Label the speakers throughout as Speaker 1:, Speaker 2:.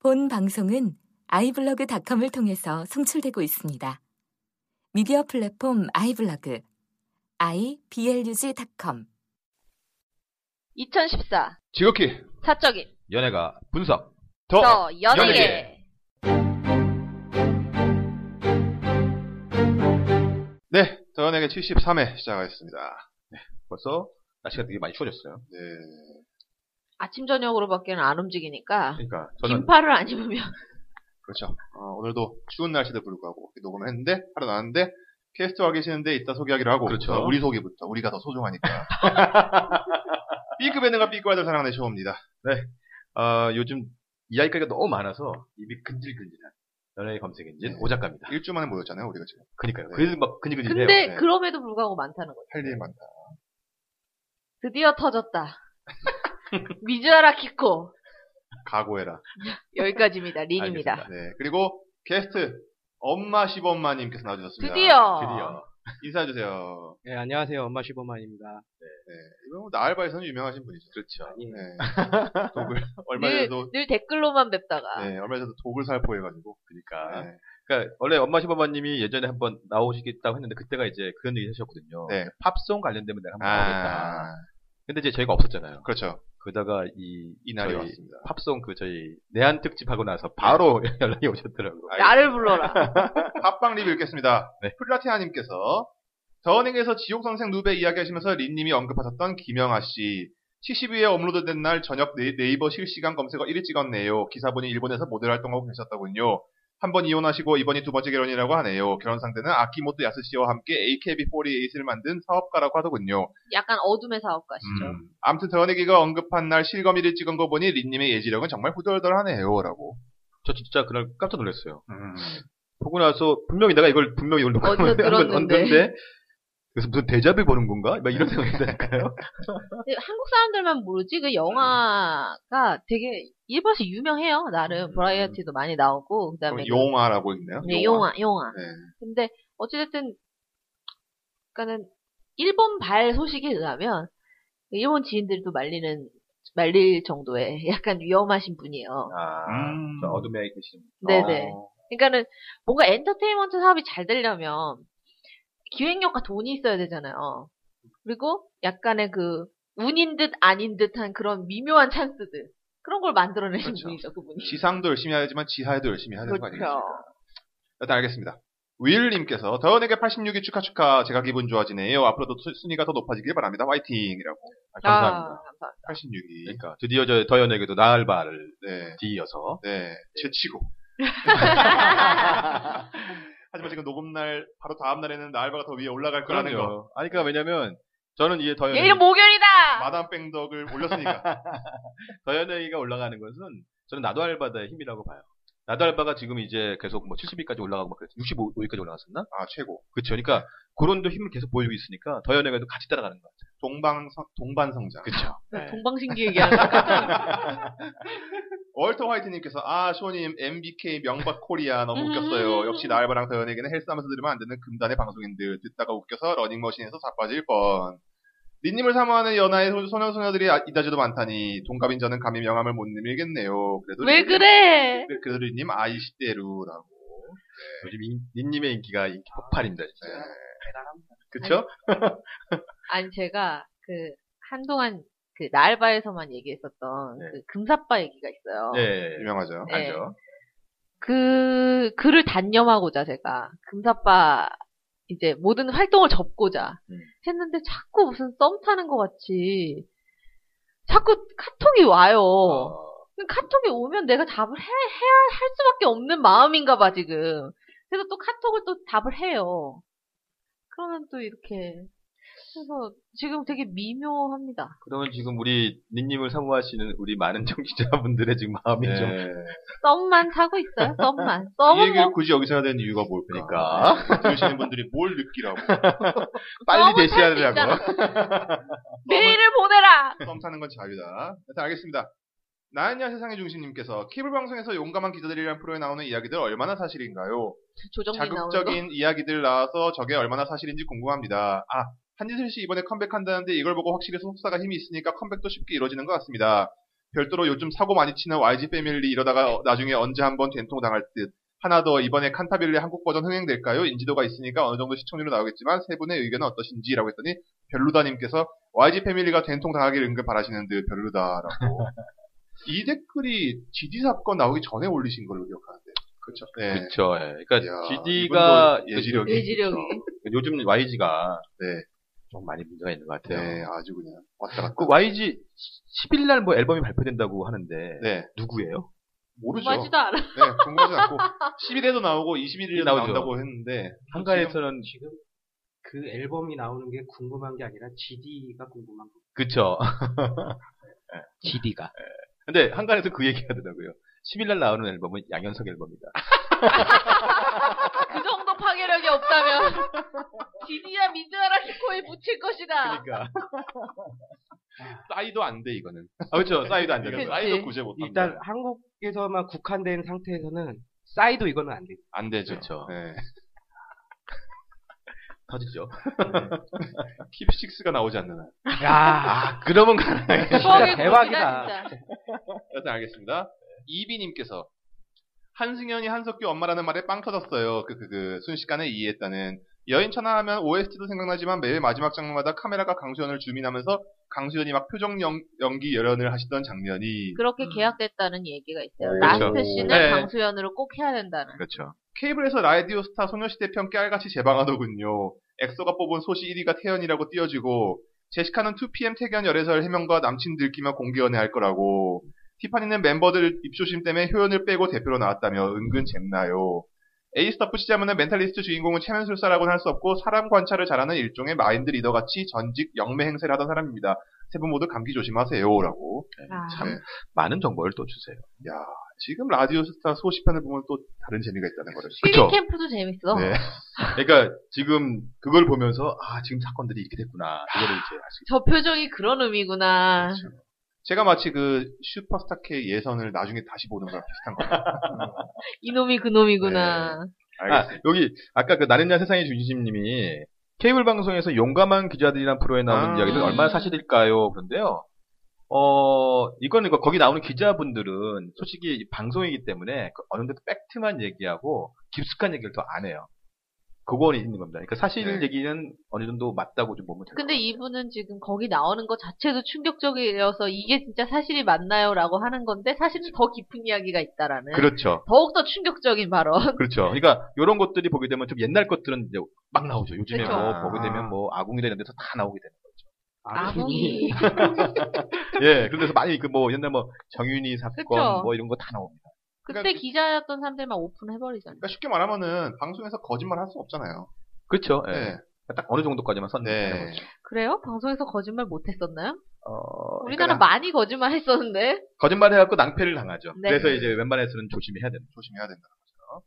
Speaker 1: 본 방송은 아이블로그닷컴을 통해서 송출되고 있습니다. 미디어 플랫폼 아이블로그 iblog.com
Speaker 2: 2014
Speaker 3: 지극히
Speaker 2: 사적인
Speaker 3: 연예가 분석
Speaker 2: 더,
Speaker 4: 어,
Speaker 3: 더,
Speaker 2: 연예계.
Speaker 3: 연예계. 네, 더 연예계 73회 시작하겠습니다. 네, 벌써 날씨가 되게 많이 추워졌어요. 네,
Speaker 2: 아침 저녁으로밖에는 안
Speaker 4: 네,
Speaker 2: 움직이니까
Speaker 3: 그러니까 저는
Speaker 2: 긴팔을 안 입으면
Speaker 3: 그렇죠. 어, 오늘도 추운 날씨도 불구하고 이렇게 녹음을 했는데 하루 나왔는데 캐스트와 계시는데 이따 소개하기로 하고 어,
Speaker 4: 그렇죠.
Speaker 3: 우선 우리 소개부터 우리가 더 소중하니까. B급 예능과 B급 아들 사랑하는 쇼입니다.
Speaker 4: 아, 요즘 이야기거리가 너무 많아서 입이 근질근질한 연예인 검색 엔진
Speaker 3: 네.
Speaker 4: 오작가입니다.
Speaker 3: 일주 만에 모였잖아요, 우리가 지금.
Speaker 4: 그러니까요.
Speaker 3: 네.
Speaker 4: 그래서 막 근질근질해요.
Speaker 2: 근데
Speaker 3: 네.
Speaker 2: 그럼에도 불구하고 많다는 거죠
Speaker 3: 할 일 많다.
Speaker 2: 드디어 터졌다 미즈하라 키코
Speaker 3: 각오해라.
Speaker 2: 여기까지입니다 린입니다
Speaker 4: 알겠습니다.
Speaker 3: 네, 그리고 게스트 엄마 시범마님께서 나와주셨습니다.
Speaker 2: 드디어.
Speaker 3: 드디어. 인사해주세요.
Speaker 5: 네, 안녕하세요. 엄마 시범만입니다.
Speaker 3: 네, 이분 뭐 나알바에서는 유명하신 분이죠. 그렇죠.
Speaker 5: 아니,
Speaker 3: 네. 독을 얼마
Speaker 2: 늘,
Speaker 3: 전에도
Speaker 2: 늘 댓글로만 뵙다가
Speaker 3: 네, 얼마 전에도 독을 살포해가지고.
Speaker 4: 그러니까.
Speaker 3: 네,
Speaker 4: 그러니까 원래 엄마 시범마님이 예전에 한번 나오시겠다고 했는데 그때가 이제 그런 얘기 하셨거든요.
Speaker 3: 네.
Speaker 4: 팝송 관련되면 내가 한번 나오겠다.
Speaker 3: 아,
Speaker 4: 근데 이제 저희가 없었잖아요.
Speaker 3: 그렇죠.
Speaker 4: 그러다가 이
Speaker 3: 이날이
Speaker 4: 저희
Speaker 3: 왔습니다.
Speaker 4: 팝송 그 저희 내한 특집 하고 나서 바로
Speaker 3: 네.
Speaker 4: 연락이 오셨더라고요.
Speaker 2: 나를 불러라
Speaker 3: 팟빵 리뷰 읽겠습니다.
Speaker 4: 네.
Speaker 3: 플라티나님께서 더닝에서 지옥선생 누베 이야기하시면서 린님이 언급하셨던 김영아 씨. 72회 업로드된 날 저녁 네, 이버 실시간 검색어 1위 찍었네요. 기사분이 일본에서 모델 활동하고 계셨다군요. 한 번 이혼하시고 이번이 두 번째 결혼이라고 하네요. 결혼 상대는 아키모토 야스 씨와 함께 AKB48을 만든 사업가라고 하더군요.
Speaker 2: 약간 어둠의 사업가시죠
Speaker 3: 음. 아무튼 더내기가 언급한 날 실검 1위 찍은 거 보니 린님의 예지력은 정말 후덜덜하네요라고.
Speaker 4: 저 진짜 그날 깜짝 놀랐어요.
Speaker 3: 음.
Speaker 4: 보고 나서 분명히 내가 이걸 분명히 이걸 녹음을
Speaker 2: 어디서 들었는데.
Speaker 4: 얹었는데 그래서 무슨 데자뷰 보는 건가? 막 이런 생각이 드니까요.
Speaker 2: 근데 한국 사람들만 모르지 그 영화가 되게 일본에서 유명해요 나름 버라이어티도 많이 나오고 그다음에 그-
Speaker 3: 용화라고 있네요.
Speaker 2: 네, 용화 용화
Speaker 3: 아, 네.
Speaker 2: 근데 어찌됐든 그러니까는 일본 발 소식에 의하면 그 일본 지인들도 말리는 말릴 정도의 약간 위험하신 분이에요.
Speaker 4: 아,
Speaker 3: 음.
Speaker 4: 저 어둠의 아이 계신.
Speaker 2: 네네.
Speaker 4: 어,
Speaker 2: 그러니까는 뭔가 엔터테인먼트 사업이 잘 되려면 기획력과 돈이 있어야 되잖아요. 그리고 약간의 그 운인 듯 아닌 듯한 그런 미묘한 찬스들 그런 걸 만들어내신
Speaker 3: 그렇죠.
Speaker 2: 분이죠 그분이.
Speaker 3: 지상도 열심히 해야 되지만 지하에도 열심히 해야 되는 거
Speaker 2: 그렇죠.
Speaker 3: 아니겠습니까? 일단 알겠습니다. 윌님께서 더원에게 86위 축하 축하 제가 기분 좋아지네요. 앞으로도 수- 순위가 더 높아지길 바랍니다. 화이팅이라고.
Speaker 4: 아, 감사합니다.
Speaker 2: 아, 감사합니다.
Speaker 3: 86위.
Speaker 4: 그러니까 드디어 저 더연에게도 나알바를
Speaker 3: 네.
Speaker 4: 뒤이어서
Speaker 3: 네. 제치고. 하지만 지금 녹음날 바로 다음 날에는 나알바가 더 위에 올라갈 거라는 거.
Speaker 4: 그러네요. 아니 그러니까 왜냐면 저는 이제 더연
Speaker 2: 내일 목요일이다.
Speaker 3: 마담 뺑덕을 올렸으니까.
Speaker 4: 더연에게가 올라가는 것은 저는 나도 알바다의 힘이라고 봐요. 나도 알바가 지금 이제 계속 뭐 70위까지 올라가고 막 그랬죠. 65위까지 올라갔었나?
Speaker 3: 아 최고.
Speaker 4: 그렇죠. 그러니까 그런 도 힘을 계속 보이고 있으니까 더연에게도 같이 따라가는 것 같아요.
Speaker 3: 동방 동반 성장.
Speaker 4: 그렇죠.
Speaker 2: 동방신기 얘기하는 거 같아.
Speaker 3: 월터 화이트님께서 아 쇼님 MBK 명박 코리아 너무
Speaker 2: 음.
Speaker 3: 웃겼어요. 역시 나알바랑 더연에게는 헬스하면서 들으면 안 되는 금단의 방송인들 듣다가 웃겨서 러닝머신에서 자빠질 뻔. 니님을 사모하는 연하의 소- 소녀소녀들이 아- 이다지도 많다니 동갑인 저는 감히 명함을 못 내밀겠네요. 그래도
Speaker 2: 왜
Speaker 3: 님-
Speaker 2: 그래?
Speaker 3: 그래도 니님 아이시대루라고.
Speaker 4: 요즘 인, 닌님의 인기가 인기 폭발입니다.
Speaker 3: 네.
Speaker 4: 진짜. 그렇죠?
Speaker 2: 아니 제가 그 한동안 그 나알바에서만 얘기했었던
Speaker 4: 네.
Speaker 2: 그 금사빠 얘기가 있어요.
Speaker 4: 네.
Speaker 3: 예, 유명하죠.
Speaker 2: 네.
Speaker 4: 알죠.
Speaker 2: 그 그를 단념하고자 제가 금사빠 이제 모든 활동을 접고자
Speaker 4: 음.
Speaker 2: 했는데 자꾸 무슨 썸 타는 것 같이 자꾸 카톡이 와요.
Speaker 4: 어,
Speaker 2: 근데 카톡이 오면 내가 답을 해, 해야 할 수밖에 없는 마음인가 봐 지금. 그래서 또 카톡을 또 답을 해요. 그러면 또 이렇게 그래서 지금 되게 미묘합니다.
Speaker 4: 그러면 지금 우리 닌님을 사모하시는 우리 많은 청취자분들의 지금 마음이
Speaker 3: 네.
Speaker 4: 좀
Speaker 2: 썸만 사고 있어요. 썸만.
Speaker 3: 이
Speaker 2: 썸은
Speaker 3: 얘기를
Speaker 2: 뭐
Speaker 3: 굳이 여기서 해야 되는 이유가 뭘까?
Speaker 4: 그러니까.
Speaker 3: 네. 들으시는 분들이 뭘 느끼라고.
Speaker 2: 썸은
Speaker 4: 빨리
Speaker 2: 아, 뭐 탈수
Speaker 4: 대시하느라고.
Speaker 2: 있잖아. 메일을 보내라.
Speaker 3: 썸 타는 아, 건 자유다. 일단 알겠습니다. 나은야 세상의 중심님께서 케이블 방송에서 용감한 기자들이란 프로에 나오는 이야기들 얼마나 사실인가요?
Speaker 2: 조정민 나오는 거.
Speaker 3: 자극적인 이야기들 나와서 저게 얼마나 사실인지 궁금합니다. 아, 한지슬 씨 이번에 컴백한다는데 이걸 보고 확실히 소속사가 힘이 있으니까 컴백도 쉽게 이루어지는 것 같습니다. 별도로 요즘 사고 많이 치는 YG 패밀리 이러다가 어- 나중에 언제 한번 된통 당할 듯. 하나 더 이번에 칸타빌리 한국 버전 흥행될까요? 인지도가 있으니까 어느 정도 시청률은 나오겠지만 세 분의 의견은 어떠신지라고 했더니 별루다님께서 YG 패밀리가 된통 당하길 은근 바라시는 듯 별루다라고. 이 댓글이 GD 사건 나오기 전에 올리신 걸로 기억하는데. 그렇죠. 네.
Speaker 4: 그쵸. 예. 그러니까
Speaker 3: 이야,
Speaker 4: GD가 그
Speaker 3: 이분도 예지력이.
Speaker 2: 의지력이.
Speaker 4: 요즘 YG가
Speaker 3: 네.
Speaker 4: 좀 많이 문제가 있는 것 같아요.
Speaker 3: 네, 아주 그냥 왔다 갔다.
Speaker 4: 그 YG 10일 날 뭐 앨범이 발표된다고 하는데
Speaker 3: 네,
Speaker 4: 누구예요?
Speaker 3: 모르죠.
Speaker 2: 맞지도 않아.
Speaker 3: 네, 궁금하지 않고 11에도 나오고 21일에도
Speaker 4: 나오죠.
Speaker 3: 나온다고 했는데
Speaker 4: 한가에서는
Speaker 5: 지금 그 앨범이 나오는 게 궁금한 게 아니라 GD가 궁금한 거.
Speaker 4: 그쵸.
Speaker 5: GD가.
Speaker 4: 근데 한간에서 그 얘기 하더라고요. 10일 날 나오는 앨범은 양현석 앨범이다.
Speaker 2: 그 정도 파괴력이 없다면 디디야 민드아라시 코에 붙일 것이다.
Speaker 4: 그러니까.
Speaker 3: 싸이도 안 돼 이거는. 그렇죠.
Speaker 4: 아, 그쵸. 사이도 안 되는
Speaker 2: 그치.
Speaker 4: 거.
Speaker 3: 싸이도 구제 못.
Speaker 5: 일단 한국에서만 국한된 상태에서는 싸이도 이거는 안 돼.
Speaker 3: 안 되죠.
Speaker 4: 그쵸.
Speaker 3: 네.
Speaker 4: 터지죠.
Speaker 3: 킵식스가 나오지 않는 한.
Speaker 5: 야,
Speaker 4: 아, 그러면 가능해.
Speaker 2: 추억의
Speaker 5: 대박이다.
Speaker 2: 굴지다, 진짜.
Speaker 3: 여튼 알겠습니다. 이비님께서 한승연이 한석규 엄마라는 말에 빵 터졌어요. 그, 그, 그, 순식간에 이해했다는. 여인 천하하면 OST도 생각나지만 매일 마지막 장면마다 카메라가 강수연을 줌인하면서 강수연이 막 표정 연, 연기 열연을 하시던 장면이
Speaker 2: 그렇게 계약됐다는 얘기가 있어요.
Speaker 3: 오.
Speaker 2: 라스트
Speaker 4: 그렇죠.
Speaker 2: 씨는
Speaker 3: 네.
Speaker 2: 강수연으로 꼭 해야 된다는.
Speaker 4: 그렇죠.
Speaker 3: 케이블에서 라디오 스타 소녀시대 편 깨알같이 재방하더군요. 엑소가 뽑은 소시 1위가 태연이라고 띄워지고 제시카는 2PM 태견 열애설 해명과 남친 들키며 공개 연애할 거라고 티파니는 멤버들 입조심 때문에 효연을 빼고 대표로 나왔다며 은근 잼나요. 에이스터 푸시자면은 멘탈리스트 주인공은 체면술사라고는 할 수 없고 사람 관찰을 잘하는 일종의 마인드 리더 같이 전직 영매 행세를 하던 사람입니다. 세 분 모두 감기 조심하세요라고.
Speaker 4: 참
Speaker 2: 아.
Speaker 3: 네.
Speaker 2: 음,
Speaker 4: 많은 정보를 또 주세요.
Speaker 3: 야 지금 라디오 스타 소시편을 보면 또 다른 재미가 있다는 거죠.
Speaker 4: 그쵸.
Speaker 2: 캠프도 재밌어.
Speaker 4: 네. 그러니까 지금 그걸 보면서 아 지금 사건들이 이렇게 됐구나. 이거를 이제 알 수 있죠.
Speaker 2: 저 표정이 그런 의미구나.
Speaker 3: 그렇죠. 제가 마치 그 슈퍼스타 K 예선을 나중에 다시 보는 거랑 비슷한 거예요.
Speaker 2: 이놈이 그놈이구나.
Speaker 4: 아, 여기 아까 그 나는 야 세상의 주지심님이 케이블 방송에서 용감한 기자들이란 프로에 나오는
Speaker 3: 아.
Speaker 4: 이야기는 얼마나 사실일까요? 그런데요. 어, 이거는 그- 거기 나오는 기자분들은 솔직히 방송이기 때문에 그 어느 정도 팩트만 얘기하고 깊숙한 얘기를 더 안 해요. 그건 있는 겁니다. 그러니까 사실
Speaker 3: 네.
Speaker 4: 얘기는 어느 정도 맞다고 좀 보면 돼요.
Speaker 2: 근데 이분은 지금 거기 나오는 것 자체도 충격적이어서 이게 진짜 사실이 맞나요? 라고 하는 건데 사실은 더 깊은 이야기가
Speaker 3: 네.
Speaker 2: 있다라는.
Speaker 4: 그렇죠.
Speaker 2: 더욱더 충격적인 발언.
Speaker 4: 그렇죠. 그러니까 이런 것들이 보게 되면 좀 옛날 것들은 이제 막 나오죠. 요즘에
Speaker 2: 그렇죠.
Speaker 4: 뭐 보게 되면 뭐 아궁이라 이런 데서 다 나오게 되는 거죠.
Speaker 2: 아궁이.
Speaker 4: 예, 그런 데서 많이 그 뭐 옛날 뭐 정윤이 사건
Speaker 2: 그렇죠.
Speaker 4: 뭐 이런 거 다 나옵니다.
Speaker 2: 그때 기자였던 사람들만 오픈해버리잖아요.
Speaker 3: 그러니까 쉽게 말하면은 방송에서 거짓말 할 수 없잖아요.
Speaker 4: 그렇죠. 예.
Speaker 3: 네.
Speaker 4: 딱 어느 정도까지만 썼는
Speaker 3: 네.
Speaker 4: 거죠.
Speaker 2: 그래요? 방송에서 거짓말 못했었나요?
Speaker 4: 어,
Speaker 2: 우리나라
Speaker 4: 그러니까
Speaker 2: 많이 거짓말 했었는데.
Speaker 4: 거짓말 해갖고 낭패를 당하죠.
Speaker 2: 네.
Speaker 4: 그래서 이제 웬만해서는 조심해야 된다.
Speaker 3: 조심해야 된다는 거죠.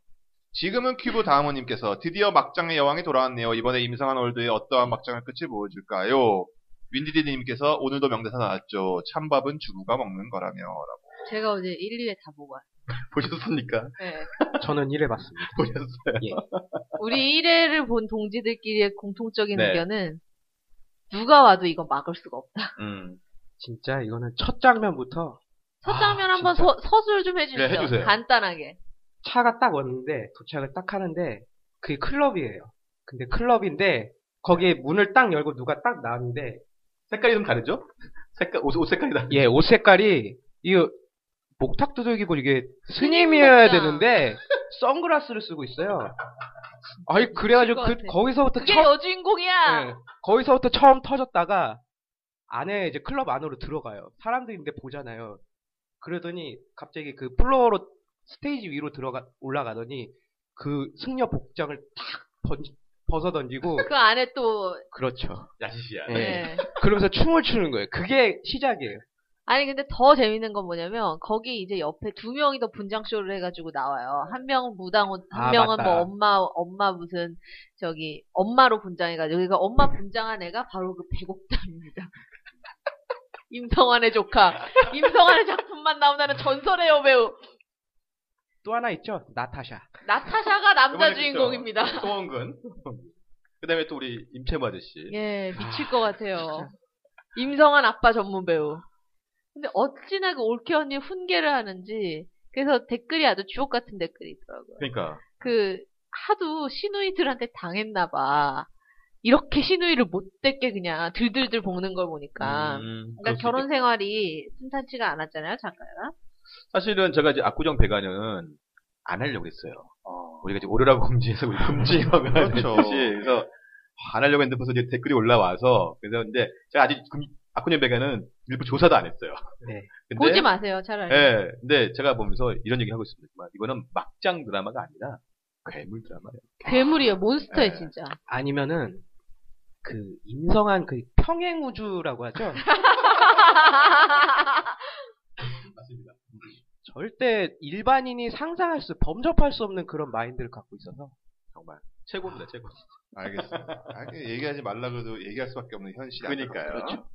Speaker 3: 지금은 큐브 다음호님께서 드디어 막장의 여왕이 돌아왔네요. 이번에 임상한 월드의 어떠한 막장의 끝을 보여줄까요? 윈디디님께서 오늘도 명대사 나왔죠. 찬밥은 주부가 먹는 거라며. 라고.
Speaker 2: 제가 어제 1, 2회 다 보고 왔어요.
Speaker 4: 그러니까 보셨습니까?
Speaker 2: 네.
Speaker 5: 저는 이래 봤습니다.
Speaker 4: 보셨어요.
Speaker 2: 우리 1회를 본 동지들끼리의 공통적인
Speaker 4: 네.
Speaker 2: 의견은 누가 와도 이건 막을 수가 없다.
Speaker 4: 음.
Speaker 5: 진짜 이거는 첫 장면부터
Speaker 2: 첫
Speaker 5: 아,
Speaker 2: 장면 한번
Speaker 5: 진짜.
Speaker 2: 서, 서술 좀 해주시죠.
Speaker 4: 네, 해주세요.
Speaker 2: 간단하게.
Speaker 5: 차가 딱 왔는데 도착을 딱 하는데 그게 클럽이에요. 근데 클럽인데 거기에 문을 딱 열고 누가 딱 나왔는데
Speaker 4: 색깔이 좀 다르죠? 색깔, 옷, 옷 색깔이 다르죠?
Speaker 5: 예, 옷 색깔이 이 목탁 두들기고 이게 스님이어야
Speaker 2: 스님
Speaker 5: 되는데 선글라스를 쓰고 있어요. 아니 그래가지고
Speaker 2: 그럴
Speaker 5: 그
Speaker 2: 것 같아.
Speaker 5: 거기서부터
Speaker 2: 그게
Speaker 5: 처음
Speaker 2: 여주인공이야!
Speaker 4: 네.
Speaker 5: 예, 거기서부터 처음 터졌다가 안에 이제 클럽 안으로 들어가요. 사람들이 있는데 보잖아요. 그러더니 갑자기 그 플로어로 스테이지 위로 들어가 올라가더니 그 승려 복장을 탁 번- 벗어 던지고
Speaker 2: 그 안에 또,
Speaker 5: 그렇죠.
Speaker 4: 야시시야.
Speaker 5: 예.
Speaker 2: 네.
Speaker 5: 그러면서 춤을 추는 거예요. 그게 시작이에요.
Speaker 2: 아니 근데 더 재밌는 건 뭐냐면 거기 이제 옆에 두 명이 더 분장 쇼를 해가지고 나와요. 한 명은 무당 옷, 한
Speaker 5: 아,
Speaker 2: 명은
Speaker 5: 맞다.
Speaker 2: 뭐 엄마 엄마 무슨 저기 엄마로 분장해가지고 그러니까 엄마 분장한 애가 바로 그 백옥담입니다. 임성환의 조카. 임성환의 작품만 나온다는 전설의 여배우
Speaker 5: 또 하나 있죠. 나타샤.
Speaker 2: 나타샤가 남자
Speaker 4: 이번에
Speaker 2: 주인공입니다.
Speaker 4: 송원근. 그 다음에 또 우리
Speaker 5: 예,
Speaker 4: 임채무 아저씨.
Speaker 2: 예 미칠 것 같아요. 임성환 아빠 전문 배우. 근데 어찌나 그 올케 언니 훈계를 하는지 그래서 댓글이 아주 주옥 같은 댓글이 있더라고요.
Speaker 4: 그러니까
Speaker 2: 그 하도 시누이들한테 당했나봐. 이렇게 시누이를 못됐게 그냥 들들들 볶는 걸 보니까.
Speaker 4: 음, 그럴
Speaker 2: 그러니까
Speaker 4: 수
Speaker 2: 결혼
Speaker 4: 있겠-
Speaker 2: 생활이 순탄치가 않았잖아요,
Speaker 4: 네.
Speaker 2: 작가랑.
Speaker 4: 사실은 제가 이제 압구정 배관은 안 하려고 했어요. 우리가 이제 오르라고 금지해서 우리 금지라고
Speaker 3: 그렇죠.
Speaker 4: 했듯이 그래서 안 하려고 했는데 벌써 이제 댓글이 올라와서 그래서 근데 제가 아직 금, 압구정 배관은 일부 조사도 안 했어요.
Speaker 5: 네.
Speaker 4: 근데-
Speaker 2: 보지 마세요, 차라리.
Speaker 4: 예. 근데 제가 보면서 이런 얘기 하고 있습니다만 이거는 막장 드라마가 아니라 괴물 드라마예요.
Speaker 2: 괴물이에요, 몬스터에
Speaker 4: 네.
Speaker 2: 진짜.
Speaker 5: 아니면은 그 인성한 그 평행 우주라고 하죠.
Speaker 4: 맞습니다.
Speaker 5: 절대 일반인이 상상할 수, 범접할 수 없는 그런 마인드를 갖고 있어서
Speaker 4: 정말 최고입니다, 최고.
Speaker 3: 알겠습니다. 아, 얘기하지 말라고 해도 얘기할 수밖에 없는 현실이
Speaker 4: 그러니까요.
Speaker 3: 그렇죠.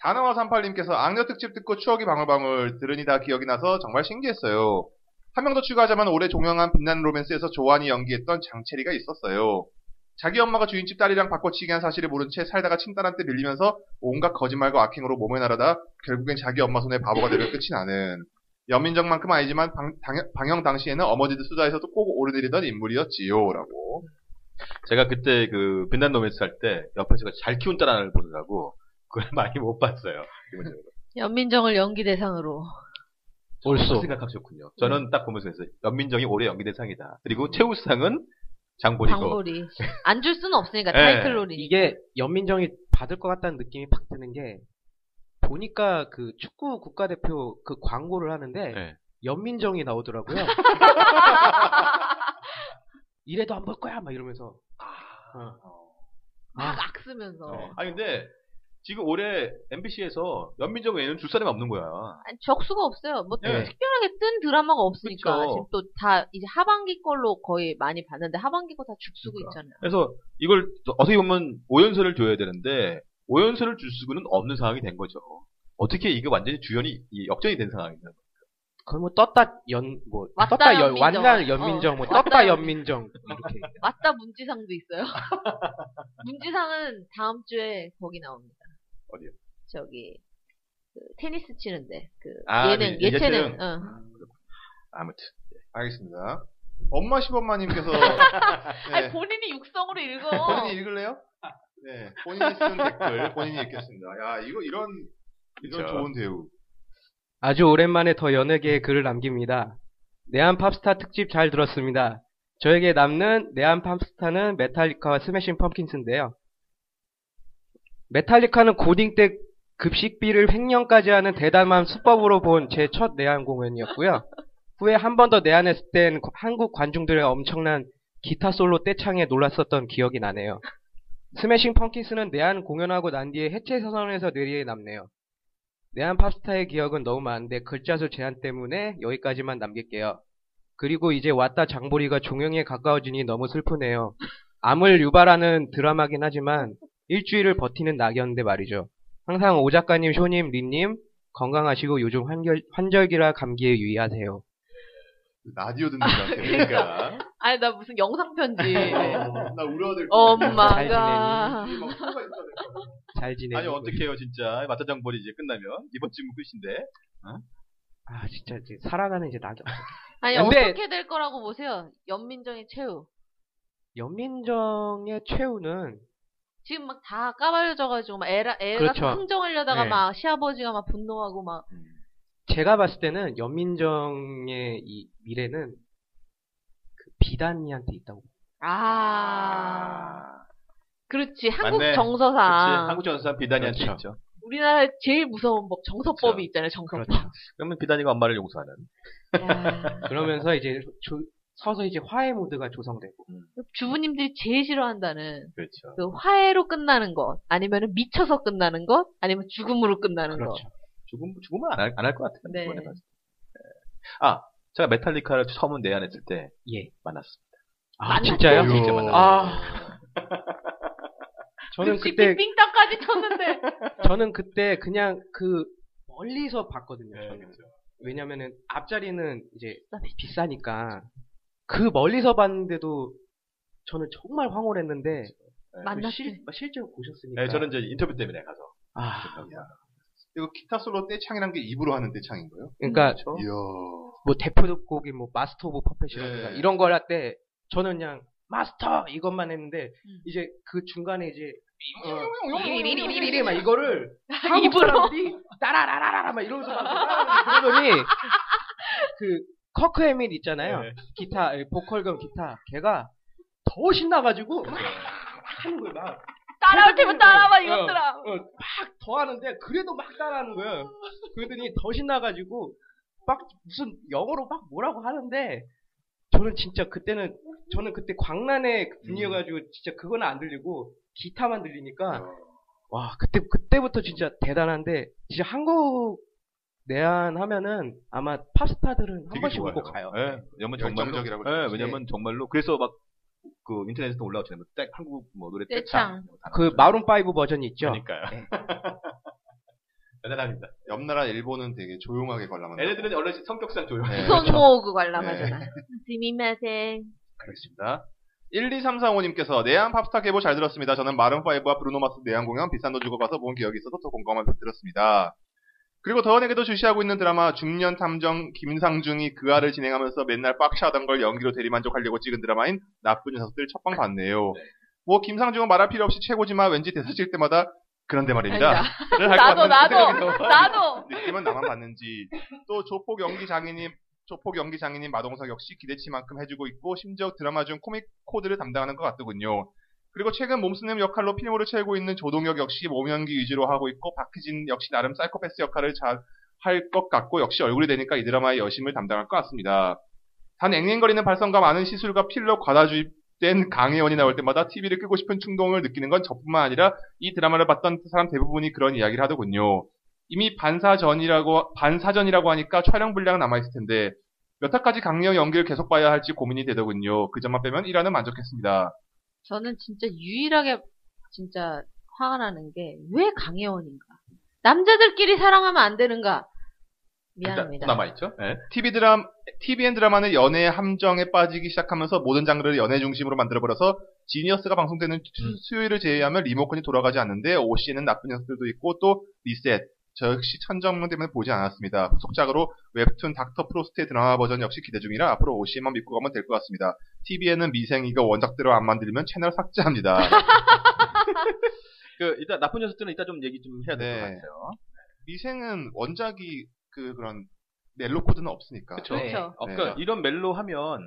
Speaker 3: 다나와 38님께서 악녀 특집 듣고 추억이 방울방울 들으니 다 기억이 나서 정말 신기했어요. 한 명 더 추가하자면 올해 종영한 빛나는 로맨스에서 조한이 연기했던 장채리가 있었어요. 자기 엄마가 주인집 딸이랑 바꿔치기 한 사실을 모른 채 살다가 친딸한테 밀리면서 온갖 거짓말과 악행으로 몸에 날아다 결국엔 자기 엄마 손에 바보가 되면 끝이 나는 연민정만큼 아니지만 방, 당- 방영 당시에는 어머니들 수다에서도 꼭 오르내리던 인물이었지요라고
Speaker 4: 제가 그때 그 빛난 노매스 할 때 옆에 제가 잘 키운 딸 하나를 보느라고 그걸 많이 못 봤어요. 기본적으로.
Speaker 2: 연민정을 연기 대상으로.
Speaker 4: 옳소. 생각하셨군요. 저는 딱 보면서 했어요. 연민정이 올해 연기 대상이다. 그리고 최우수상은 장보리고.
Speaker 2: 방보리. 안 줄 수는 없으니까,
Speaker 4: 네.
Speaker 2: 타이틀롤이니.
Speaker 5: 이게 연민정이 받을 것 같다는 느낌이 팍 드는 게 보니까 그 축구 국가대표 그 광고를 하는데
Speaker 4: 네.
Speaker 5: 연민정이 나오더라고요. 이래도 안 볼 거야 막 이러면서 어.
Speaker 2: 막 악쓰면서.
Speaker 4: 어. 아니 근데 지금 올해 MBC에서 연민정 외에는 줄 사람이 없는 거야.
Speaker 2: 아니, 적수가 없어요. 뭐
Speaker 4: 네. 그렇죠.
Speaker 2: 특별하게 뜬 드라마가 없으니까
Speaker 4: 그쵸.
Speaker 2: 지금 또 다 이제 하반기 걸로 거의 많이 봤는데 하반기 거 다 죽수고
Speaker 4: 그러니까.
Speaker 2: 있잖아요.
Speaker 4: 그래서 이걸 또 어떻게 보면 오연설을 줘야 되는데 오연설을 줄 수는 없는 상황이 된 거죠. 어떻게 이게 완전히 주연이 이 역전이 된 상황이냐.
Speaker 5: 그건 뭐 떴다 연뭐
Speaker 2: 왔다
Speaker 5: 떴다 연
Speaker 2: 연민정.
Speaker 5: 완난 연민정 뭐
Speaker 2: 어.
Speaker 5: 떴다
Speaker 2: 왔다
Speaker 5: 연민정 이렇게
Speaker 2: 맞다 문지상도 있어요. 문지상은 다음 주에 거기 나옵니다.
Speaker 4: 어디요?
Speaker 2: 저기 그 테니스 치는데 그
Speaker 4: 아,
Speaker 2: 예능
Speaker 4: 네,
Speaker 2: 예체능.
Speaker 4: 예체능.
Speaker 2: 어.
Speaker 4: 아무튼
Speaker 3: 알겠습니다. 엄마 시범마님께서
Speaker 2: 아니
Speaker 3: 네,
Speaker 2: 본인이 육성으로 읽어.
Speaker 3: 본인이 읽을래요? 네, 본인이 쓴 댓글 본인이 읽겠습니다. 야 이거 이런 이런
Speaker 4: 그쵸.
Speaker 3: 좋은 대우.
Speaker 5: 아주 오랜만에 더 연예계에 글을 남깁니다. 내한 팝스타 특집 잘 들었습니다. 저에게 남는 내한 팝스타는 메탈리카와 스매싱 펌킨스인데요. 메탈리카는 고딩 때 급식비를 횡령까지 하는 대담한 수법으로 본 제 첫 내한 공연이었고요. 후에 한 번 더 내한했을 땐 한국 관중들의 엄청난 기타 솔로 떼창에 놀랐었던 기억이 나네요. 스매싱 펌킨스는 내한 공연하고 난 뒤에 해체 선언에서 내리에 남네요. 내한 팝스타의 기억은 너무 많은데 글자 수 제한 때문에 여기까지만 남길게요. 그리고 이제 왔다 장보리가 종영에 가까워지니 너무 슬프네요. 암을 유발하는 드라마긴 하지만 일주일을 버티는 낙이었는데 말이죠. 항상 오 작가님, 쇼님, 린님 건강하시고 요즘 환결, 환절기라 감기에 유의하세요.
Speaker 3: 라디오 듣는 사람한테.
Speaker 4: 그러니까
Speaker 2: 아니 나 무슨 영상 편지.
Speaker 3: 나 울어들.
Speaker 5: 잘
Speaker 2: 엄마가
Speaker 5: 지내니? 잘 지내요.
Speaker 4: 아니 어떻게 해요 진짜 마타장벌이 이제 끝나면 이번 주문 끝인데
Speaker 5: 아 진짜 이제 살아가는 이제 낙이 없어.
Speaker 2: 아니
Speaker 5: 근데-
Speaker 2: 어떻게 될 거라고 보세요. 연민정의 최후.
Speaker 5: 연민정의 최후는
Speaker 2: 지금 막 다 까발려져가지고 막 애라 애가
Speaker 5: 그렇죠.
Speaker 2: 흥정하려다가
Speaker 5: 네.
Speaker 2: 막 시아버지가 막 분노하고 막
Speaker 4: 음.
Speaker 5: 제가 봤을 때는 연민정의 이 미래는 그 비단이한테 있다고.
Speaker 2: 아, 그렇지. 한국
Speaker 4: 맞네.
Speaker 2: 정서상.
Speaker 4: 그렇지 한국 전사 비단이한테
Speaker 5: 그렇죠.
Speaker 4: 있죠.
Speaker 2: 우리나라의 제일 무서운 법, 정서법이
Speaker 4: 그렇죠.
Speaker 2: 있잖아요, 정서법.
Speaker 4: 그러면 비단이가 엄마를 용서하는.
Speaker 2: 야,
Speaker 5: 그러면서 이제 조- 서서 이제 화해 모드가 조성되고.
Speaker 2: 그 주부님들이 제일 싫어한다는
Speaker 4: 그렇죠.
Speaker 2: 그 화해로 끝나는 것, 아니면 미쳐서 끝나는 것, 아니면 죽음으로 끝나는 것.
Speaker 5: 그렇죠.
Speaker 4: 죽음 죽음은 안 할 안 할 것 같아요.
Speaker 2: 네.
Speaker 4: 이번에 봤을 때. 네. 아 제가 메탈리카를 처음 내한했을 때
Speaker 5: 예.
Speaker 4: 만났습니다.
Speaker 5: 아,
Speaker 4: 진짜요?
Speaker 5: 진짜요?
Speaker 4: 진짜 만났어요.
Speaker 5: 아. 저는
Speaker 2: 급식
Speaker 5: 그때
Speaker 2: 빙땅까지 쳤는데.
Speaker 5: 저는 그때 그냥 그 멀리서 봤거든요.
Speaker 4: 네,
Speaker 5: 저는.
Speaker 4: 그렇죠.
Speaker 5: 왜냐면은 앞자리는 이제 비싸니까 그 멀리서 봤는데도 저는 정말 황홀했는데 그
Speaker 4: 네.
Speaker 2: 만났을
Speaker 5: 실, 실제로 보셨으니까.
Speaker 4: 예, 네, 저는 이제 인터뷰 때문에 가서
Speaker 5: 아,
Speaker 4: 죄송합니다.
Speaker 3: 이거 기타 솔로 떼창이란 게 입으로 하는 떼창인 거예요?
Speaker 5: 그러니까
Speaker 3: 이야.
Speaker 5: 뭐 대표곡이 뭐 마스터 오브 퍼펫이라든가
Speaker 3: 예.
Speaker 5: 이런 걸 할 때 저는 그냥 마스터 이것만 했는데
Speaker 2: 음.
Speaker 5: 이제 그 중간에 이제 어,
Speaker 2: 삐리리리리리리
Speaker 5: 막 이거를 한국
Speaker 2: 입으로.
Speaker 5: 사람들이 따라라라라라 막 이러면서 막 따라라라 그러더니 그 커크 해밀 있잖아요
Speaker 4: 네.
Speaker 5: 기타 보컬 겸 기타 걔가 더 신나가지고 막 하는 거예요 막
Speaker 2: 따라올 테면 따라와 이것들아.
Speaker 5: 어, 막더 하는데 그래도 막 따라하는 거야. 그러더니 더 신나가지고 막 무슨 영어로 막 뭐라고 하는데 저는 진짜 그때는 저는 그때 광란의 분위여가지고
Speaker 4: 음.
Speaker 5: 진짜 그건 안 들리고 기타만 들리니까
Speaker 4: 어.
Speaker 5: 와 그때 그때부터 진짜 대단한데 진짜 한국 내한 하면은 아마 팝스타들은 한
Speaker 4: 되게
Speaker 5: 번씩
Speaker 4: 좋아요.
Speaker 5: 오고 가요.
Speaker 4: 예, 왜냐면 정말로.
Speaker 3: 열정적이라고 그러죠.
Speaker 4: 예, 왜냐면 정말로. 그래서 막, 그, 인터넷에서 올라오잖아요. 뭐 떼- 한국 뭐 노래 떼창.
Speaker 2: 떼창.
Speaker 5: 그 마룬 파이브 버전이 있죠.
Speaker 4: 그러니까요.
Speaker 3: 대단합니다. 옆나라 일본은 되게 조용하게 관람한다.
Speaker 4: 얘네들은 원래 성격상 조용해.
Speaker 3: 네,
Speaker 2: 손
Speaker 3: 그렇죠.
Speaker 2: 모으고 관람하잖아. 스미마셍.
Speaker 3: 그렇습니다. 12345님께서 내한 팝스타 개보 잘 들었습니다. 저는 마룬5와 브루노마스 내한 공연 비싼 돈 주고 봐서 본 기억이 있어서 더 공감하면서 들었습니다. 그리고 더원에게도 주시하고 있는 드라마 중년 탐정 김상중이 그 알을 진행하면서 맨날 빡샤하던 걸 연기로 대리만족하려고 찍은 드라마인 나쁜 녀석들 첫방 봤네요. 뭐 김상중은 말할 필요 없이 최고지만 왠지 대사 찍을 때마다 그런데 말입니다.
Speaker 2: 아니다.
Speaker 3: 를 할것
Speaker 2: 그러니까 나도, 나도.
Speaker 3: 같은 생각이 들어요.
Speaker 2: 나도.
Speaker 3: 느낌은 나만 받는지 또 조폭 연기 장인인 조폭 연기 장인인 마동석 역시 기대치만큼 해주고 있고 심지어 드라마 중 코믹 코드를 담당하는 것 같더군요. 그리고 최근 몸쓰는 역할로 피네모를 채우고 있는 조동혁 역시 몸연기 위주로 하고 있고 박희진 역시 나름 사이코패스 역할을 잘 할 것 같고 역시 얼굴이 되니까 이 드라마의 여심을 담당할 것 같습니다. 단 앵앵거리는 발성과 많은 시술과 필러 과다 주입된 강혜원이 나올 때마다 TV를 끄고 싶은 충동을 느끼는 건 저뿐만 아니라 이 드라마를 봤던 사람 대부분이 그런 이야기를 하더군요. 이미 반사전이라고 반사전이라고 하니까 촬영 분량은 남아 있을 텐데 몇 화까지 강력 연기를 계속 봐야 할지 고민이 되더군요. 그 점만 빼면 1화는 만족했습니다.
Speaker 2: 저는 진짜 유일하게 진짜 화가 나는 게 왜 강혜원인가? 남자들끼리 사랑하면 안 되는가? 미안합니다.
Speaker 4: 남아있죠? 예.
Speaker 3: TV 드람 TVN 드라마는 연애의 함정에 빠지기 시작하면서 모든 장르를 연애 중심으로 만들어버려서 지니어스가 방송되는
Speaker 4: 음.
Speaker 3: 수- 수요일을 제외하면 리모컨이 돌아가지 않는데 OC는 나쁜 녀석들도 있고 또 리셋 저 역시 천정문 때문에 보지 않았습니다. 후속작으로 웹툰 닥터 프로스트의 드라마 버전 역시 기대 중이라 앞으로 OC만 믿고 가면 될 것 같습니다. TV에는 미생이가 원작대로 안 만들면 채널 삭제합니다.
Speaker 4: 그, 일단 나쁜 녀석들은 이따 좀 얘기 좀 해야 될 것
Speaker 3: 네.
Speaker 4: 같아요.
Speaker 3: 미생은 원작이 그 그런 멜로 코드는 없으니까.
Speaker 4: 그쵸?
Speaker 2: 그렇죠.
Speaker 4: 어, 그러니까
Speaker 3: 네.
Speaker 4: 이런 멜로 하면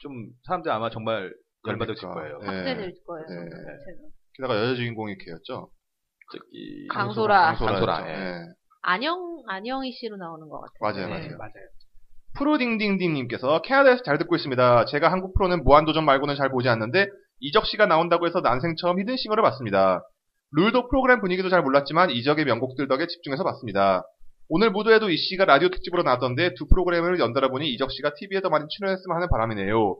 Speaker 4: 좀 사람들 이 아마 정말 열받을
Speaker 3: 그러니까.
Speaker 4: 거예요.
Speaker 3: 네.
Speaker 2: 삭제될 거예요.
Speaker 3: 네.
Speaker 2: 제가.
Speaker 3: 게다가 여자 주인공이 걔였죠.
Speaker 4: 저기
Speaker 2: 강소라.
Speaker 4: 강소라.
Speaker 3: 강소라였죠.
Speaker 4: 예.
Speaker 3: 예.
Speaker 2: 안영 안영희 씨로 나오는 것 같아요.
Speaker 3: 맞아요,
Speaker 5: 네,
Speaker 3: 맞아요.
Speaker 5: 맞아요.
Speaker 3: 프로딩딩딩님께서 캐나다에서 잘 듣고 있습니다. 제가 한국 프로는 무한도전 말고는 잘 보지 않는데 이적 씨가 나온다고 해서 난생 처음 히든싱어를 봤습니다. 룰도 프로그램 분위기도 잘 몰랐지만 이적의 명곡들 덕에 집중해서 봤습니다. 오늘 무도에도 이 씨가 라디오 특집으로 나왔던데 두 프로그램을 연달아 보니 이적 씨가 TV에 더 많이 출연했으면 하는 바람이네요.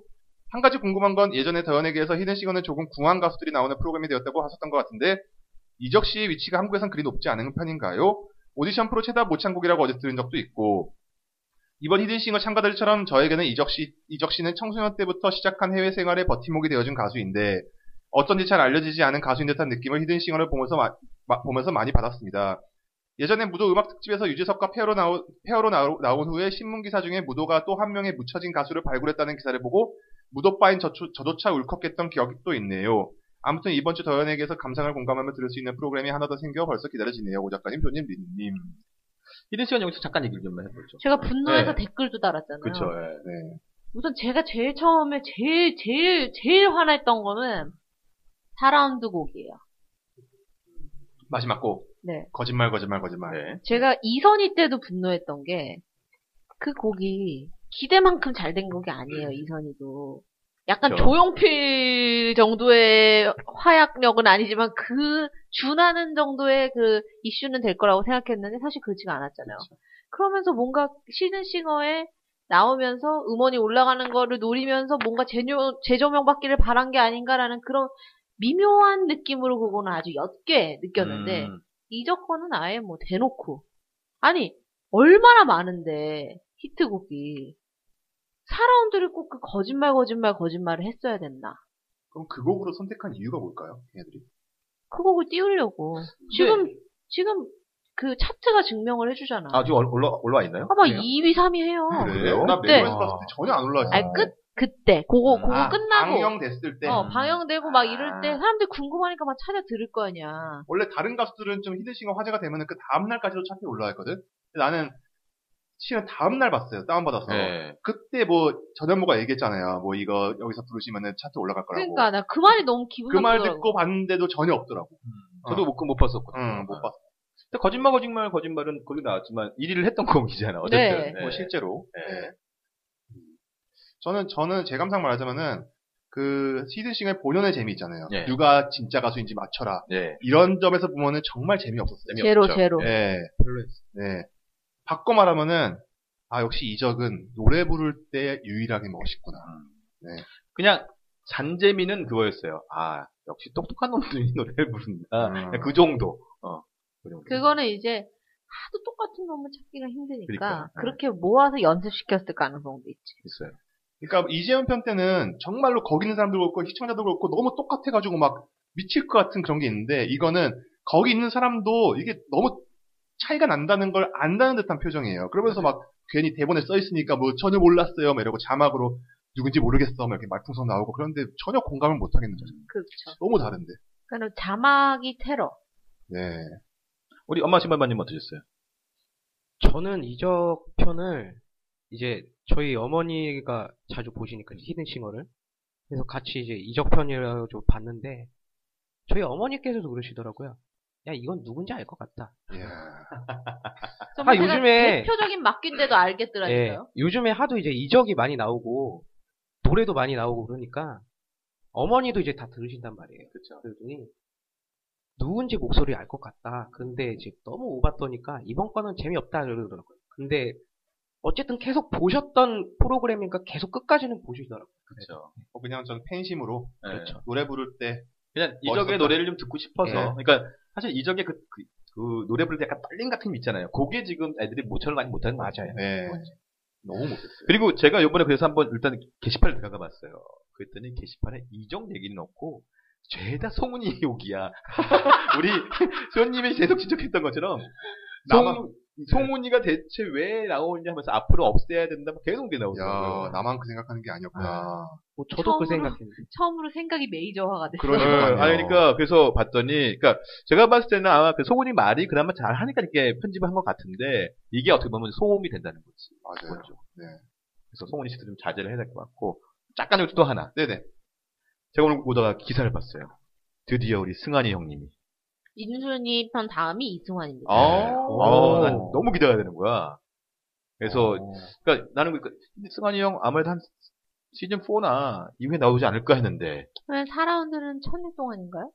Speaker 3: 한 가지 궁금한 건 예전에 더연에게에서 히든싱어는 조금 궁한 가수들이 나오는 프로그램이 되었다고 하셨던 것 같은데 이적 씨의 위치가 한국에선 그리 높지 않은 편인가요? 오디션 프로 최다 모창곡이라고 어제 들은 적도 있고 이번 히든싱어 참가들처럼 저에게는 이적 씨, 이적 씨는 청소년 때부터 시작한 해외 생활에 버팀목이 되어준 가수인데 어쩐지 잘 알려지지 않은 가수인 듯한 느낌을 히든싱어를 보면서, 마- 마- 보면서 많이 받았습니다. 예전에 무도 음악 특집에서 유재석과 페어로, 나오, 페어로 나오- 나온 후에 신문기사 중에 무도가 또 한 명의 묻혀진 가수를 발굴했다는 기사를 보고 무도빠인 저, 저조차 울컥했던 기억이 또 있네요. 아무튼 이번 주 더연에게서 감상을 공감하며 들을 수 있는 프로그램이 하나 더 생겨 벌써 기다려지네요. 오 작가님, 표님, 민님.
Speaker 4: 히든 시간 여기서 잠깐 얘기를 좀 해보죠.
Speaker 2: 제가 분노해서
Speaker 4: 네.
Speaker 2: 댓글도 달았잖아요.
Speaker 4: 그쵸. 예.
Speaker 3: 네.
Speaker 2: 우선 제가 제일 처음에 제일 제일 제일 화났던 거는 4라운드 곡이에요.
Speaker 3: 마지막 곡.
Speaker 2: 네.
Speaker 3: 거짓말, 거짓말, 거짓말.
Speaker 4: 네.
Speaker 2: 제가 이선희 때도 분노했던 게 그 곡이 기대만큼 잘 된 곡이 아니에요. 이선희도 약간
Speaker 4: 음. 그렇죠.
Speaker 2: 조용필 정도의 화약력은 아니지만 그 준하는 정도의 그 이슈는 될 거라고 생각했는데 사실 그렇지가 않았잖아요. 그러면서 뭔가 시즌싱어에 나오면서 음원이 올라가는 거를 노리면서 뭔가 재조, 재조명받기를 바란 게 아닌가라는 그런 미묘한 느낌으로 그거는 아주 옅게 느꼈는데
Speaker 4: 음,
Speaker 2: 이적 거는 아예 뭐 대놓고 아니 얼마나 많은데 히트곡이 4라운드를 꼭 그 거짓말 거짓말 거짓말을 했어야 됐나
Speaker 3: 그럼 그 곡으로 선택한 이유가 뭘까요? 걔네들이?
Speaker 2: 그 곡을 띄우려고 지금 지금 그 차트가 증명을 해주잖아.
Speaker 4: 아, 지금 올라, 올라와 있나요?
Speaker 2: 봐봐,
Speaker 4: 그래요? 아,
Speaker 2: 2위, 3위 해요.
Speaker 4: 그래요?
Speaker 3: 나
Speaker 2: 네.
Speaker 3: 메모에서 봤을 때 전혀 안 올라왔어.
Speaker 2: 아니, 끝, 그때. 그거,
Speaker 4: 음.
Speaker 2: 그거
Speaker 3: 아,
Speaker 2: 끝나고.
Speaker 3: 악령 됐을 때.
Speaker 2: 어, 방영되고 막 이럴 때
Speaker 4: 아.
Speaker 2: 사람들이 궁금하니까 막 찾아 들을 거 아니야.
Speaker 3: 원래 다른 가수들은 좀 히든싱어 화제가 되면은 그 다음날까지도 차트에 올라왔거든? 근데 나는 실은 다음날 봤어요. 다운받아서.
Speaker 4: 네.
Speaker 3: 그때 뭐, 전현무가 얘기했잖아요. 뭐, 이거 여기서 부르시면은 차트 올라갈 거라고.
Speaker 2: 그러니까 나 그 말이 너무 기분
Speaker 3: 그 말
Speaker 2: 나쁘더라고.
Speaker 3: 듣고 봤는데도 전혀 없더라고.
Speaker 5: 아.
Speaker 4: 저도 못, 못 봤었거든요.
Speaker 3: 응, 못 봤어. 뭐
Speaker 4: 근데 거짓말, 거짓말, 거짓말은 거기 나왔지만 1위를 했던 곡이잖아.
Speaker 2: 네.
Speaker 4: 어쨌든.
Speaker 3: 뭐, 실제로.
Speaker 4: 네.
Speaker 3: 네. 음. 저는, 저는 제 감상 말하자면은, 그, 히든싱어의 본연의 재미 있잖아요.
Speaker 4: 네.
Speaker 3: 누가 진짜 가수인지 맞춰라.
Speaker 4: 네.
Speaker 3: 이런 점에서 보면은 정말 재미없었어요.
Speaker 2: 제로, 제로.
Speaker 3: 예.
Speaker 5: 별로였어.
Speaker 3: 네. 바꿔 말하면은, 아, 역시 이적은 노래 부를 때 유일하게 멋있구나.
Speaker 4: 그냥 잔재미는 그거였어요. 아, 역시 똑똑한 놈들이 노래를 부른다.
Speaker 3: 음.
Speaker 4: 그냥 그 정도. 어. 그 정도.
Speaker 2: 그거는 이제 하도 똑같은 놈을 찾기가 힘드니까
Speaker 4: 그러니까요.
Speaker 2: 그렇게 모아서 연습시켰을 가능성도 있지.
Speaker 4: 있어요.
Speaker 3: 그러니까 이재현 편 때는 정말로 거기 있는 사람도 그렇고 시청자도 그렇고 너무 똑같아가지고 막 미칠 것 같은 그런 게 있는데 이거는 거기 있는 사람도 이게 너무 차이가 난다는 걸 안다는 듯한 표정이에요. 그러면서 막 괜히 대본에 써 있으니까 뭐 전혀 몰랐어요. 막 이러고 자막으로 누군지 모르겠어. 막 이렇게 말풍선 나오고 그런데 전혀 공감을 못 하겠는 거죠.
Speaker 4: 음.
Speaker 2: 그렇죠.
Speaker 3: 너무 다른데.
Speaker 2: 그러니까 자막이 테러.
Speaker 3: 네.
Speaker 4: 우리 엄마 신발반님 어떠셨어요?
Speaker 5: 저는 이적 편을 이제 저희 어머니가 자주 보시니까 히든싱어를 그래서 같이 이제 이적 편이라고 좀 봤는데 저희 어머니께서도 그러시더라고요. 야 이건 누군지 알 것 같다.
Speaker 3: 이야.
Speaker 2: 정말 제가
Speaker 5: 요즘에-
Speaker 2: 대표적인 막귀인데도 알겠더라니까요.
Speaker 5: 예, 요즘에 하도 이제 이적이 많이 나오고 노래도 많이 나오고 그러니까 어머니도 이제 다 들으신단 말이에요. 그렇죠. 그러더니 누군지 목소리 알 것 같다. 근데 이제 너무 오봤더니까 이번 거는 재미없다 그러더라고요. 근데 어쨌든 계속 보셨던 프로그램이니까 계속 끝까지는 보시더라고요.
Speaker 4: 그렇죠.
Speaker 3: 뭐 그냥 전 팬심으로
Speaker 4: 그렇죠.
Speaker 3: 노래 부를 때
Speaker 4: 그냥
Speaker 3: 멋있었다.
Speaker 4: 이적의 노래를 좀 듣고 싶어서.
Speaker 5: 예.
Speaker 4: 그러니까 사실 이적의 그, 그, 그 노래 부를 때 약간 떨림 같은 게 있잖아요. 그게 지금 애들이 모처럼 많이 못하는 거 맞아요.
Speaker 3: 네.
Speaker 4: 너무 못했어요. 그리고 제가 요번에 그래서 한번 일단 게시판을 들어가 봤어요. 그랬더니 게시판에 이적 얘기는 없고, 죄다 송은이 욕이야. 우리 소연님이 계속 지적했던 것처럼,
Speaker 3: 나만-
Speaker 4: 송, 송은이가 대체 왜 나오냐 하면서 앞으로 없애야 된다 뭐 계속 내
Speaker 3: 야,
Speaker 4: 나오더라고요.
Speaker 3: 나만 그 생각하는 게 아니었구나.
Speaker 5: 뭐
Speaker 2: 처음으로-
Speaker 5: 저도 그 생각했는데
Speaker 2: 처음으로 생각이 메이저화가 됐어.
Speaker 3: 그러니까.
Speaker 4: 네, 아니, 그러니까, 그래서 봤더니, 그러니까, 제가 봤을 때는 아마 그 소문이 말이 그나마 잘 하니까 이렇게 편집을 한 것 같은데, 이게 어떻게 보면 소음이 된다는 거지.
Speaker 3: 맞아요.
Speaker 4: 그렇죠.
Speaker 3: 네.
Speaker 4: 그래서 송은이 씨도 좀 자제를 해야 될 것 같고, 짝간 요또 하나.
Speaker 3: 네네.
Speaker 4: 제가 오늘 보다가 기사를 봤어요. 드디어 우리 승환이 형님이.
Speaker 2: 인순이 편 다음이 이승환입니다.
Speaker 4: 아,
Speaker 3: 오.
Speaker 4: 아, 난 너무 기대가 되는 거야. 그래서,
Speaker 3: 어.
Speaker 4: 그러니까 나는 그러니까 승환이 형 아무래도 한 시즌 4나 이후에 나오지 않을까 했는데,
Speaker 2: 그러면 4라운드는 천일 동안인가요?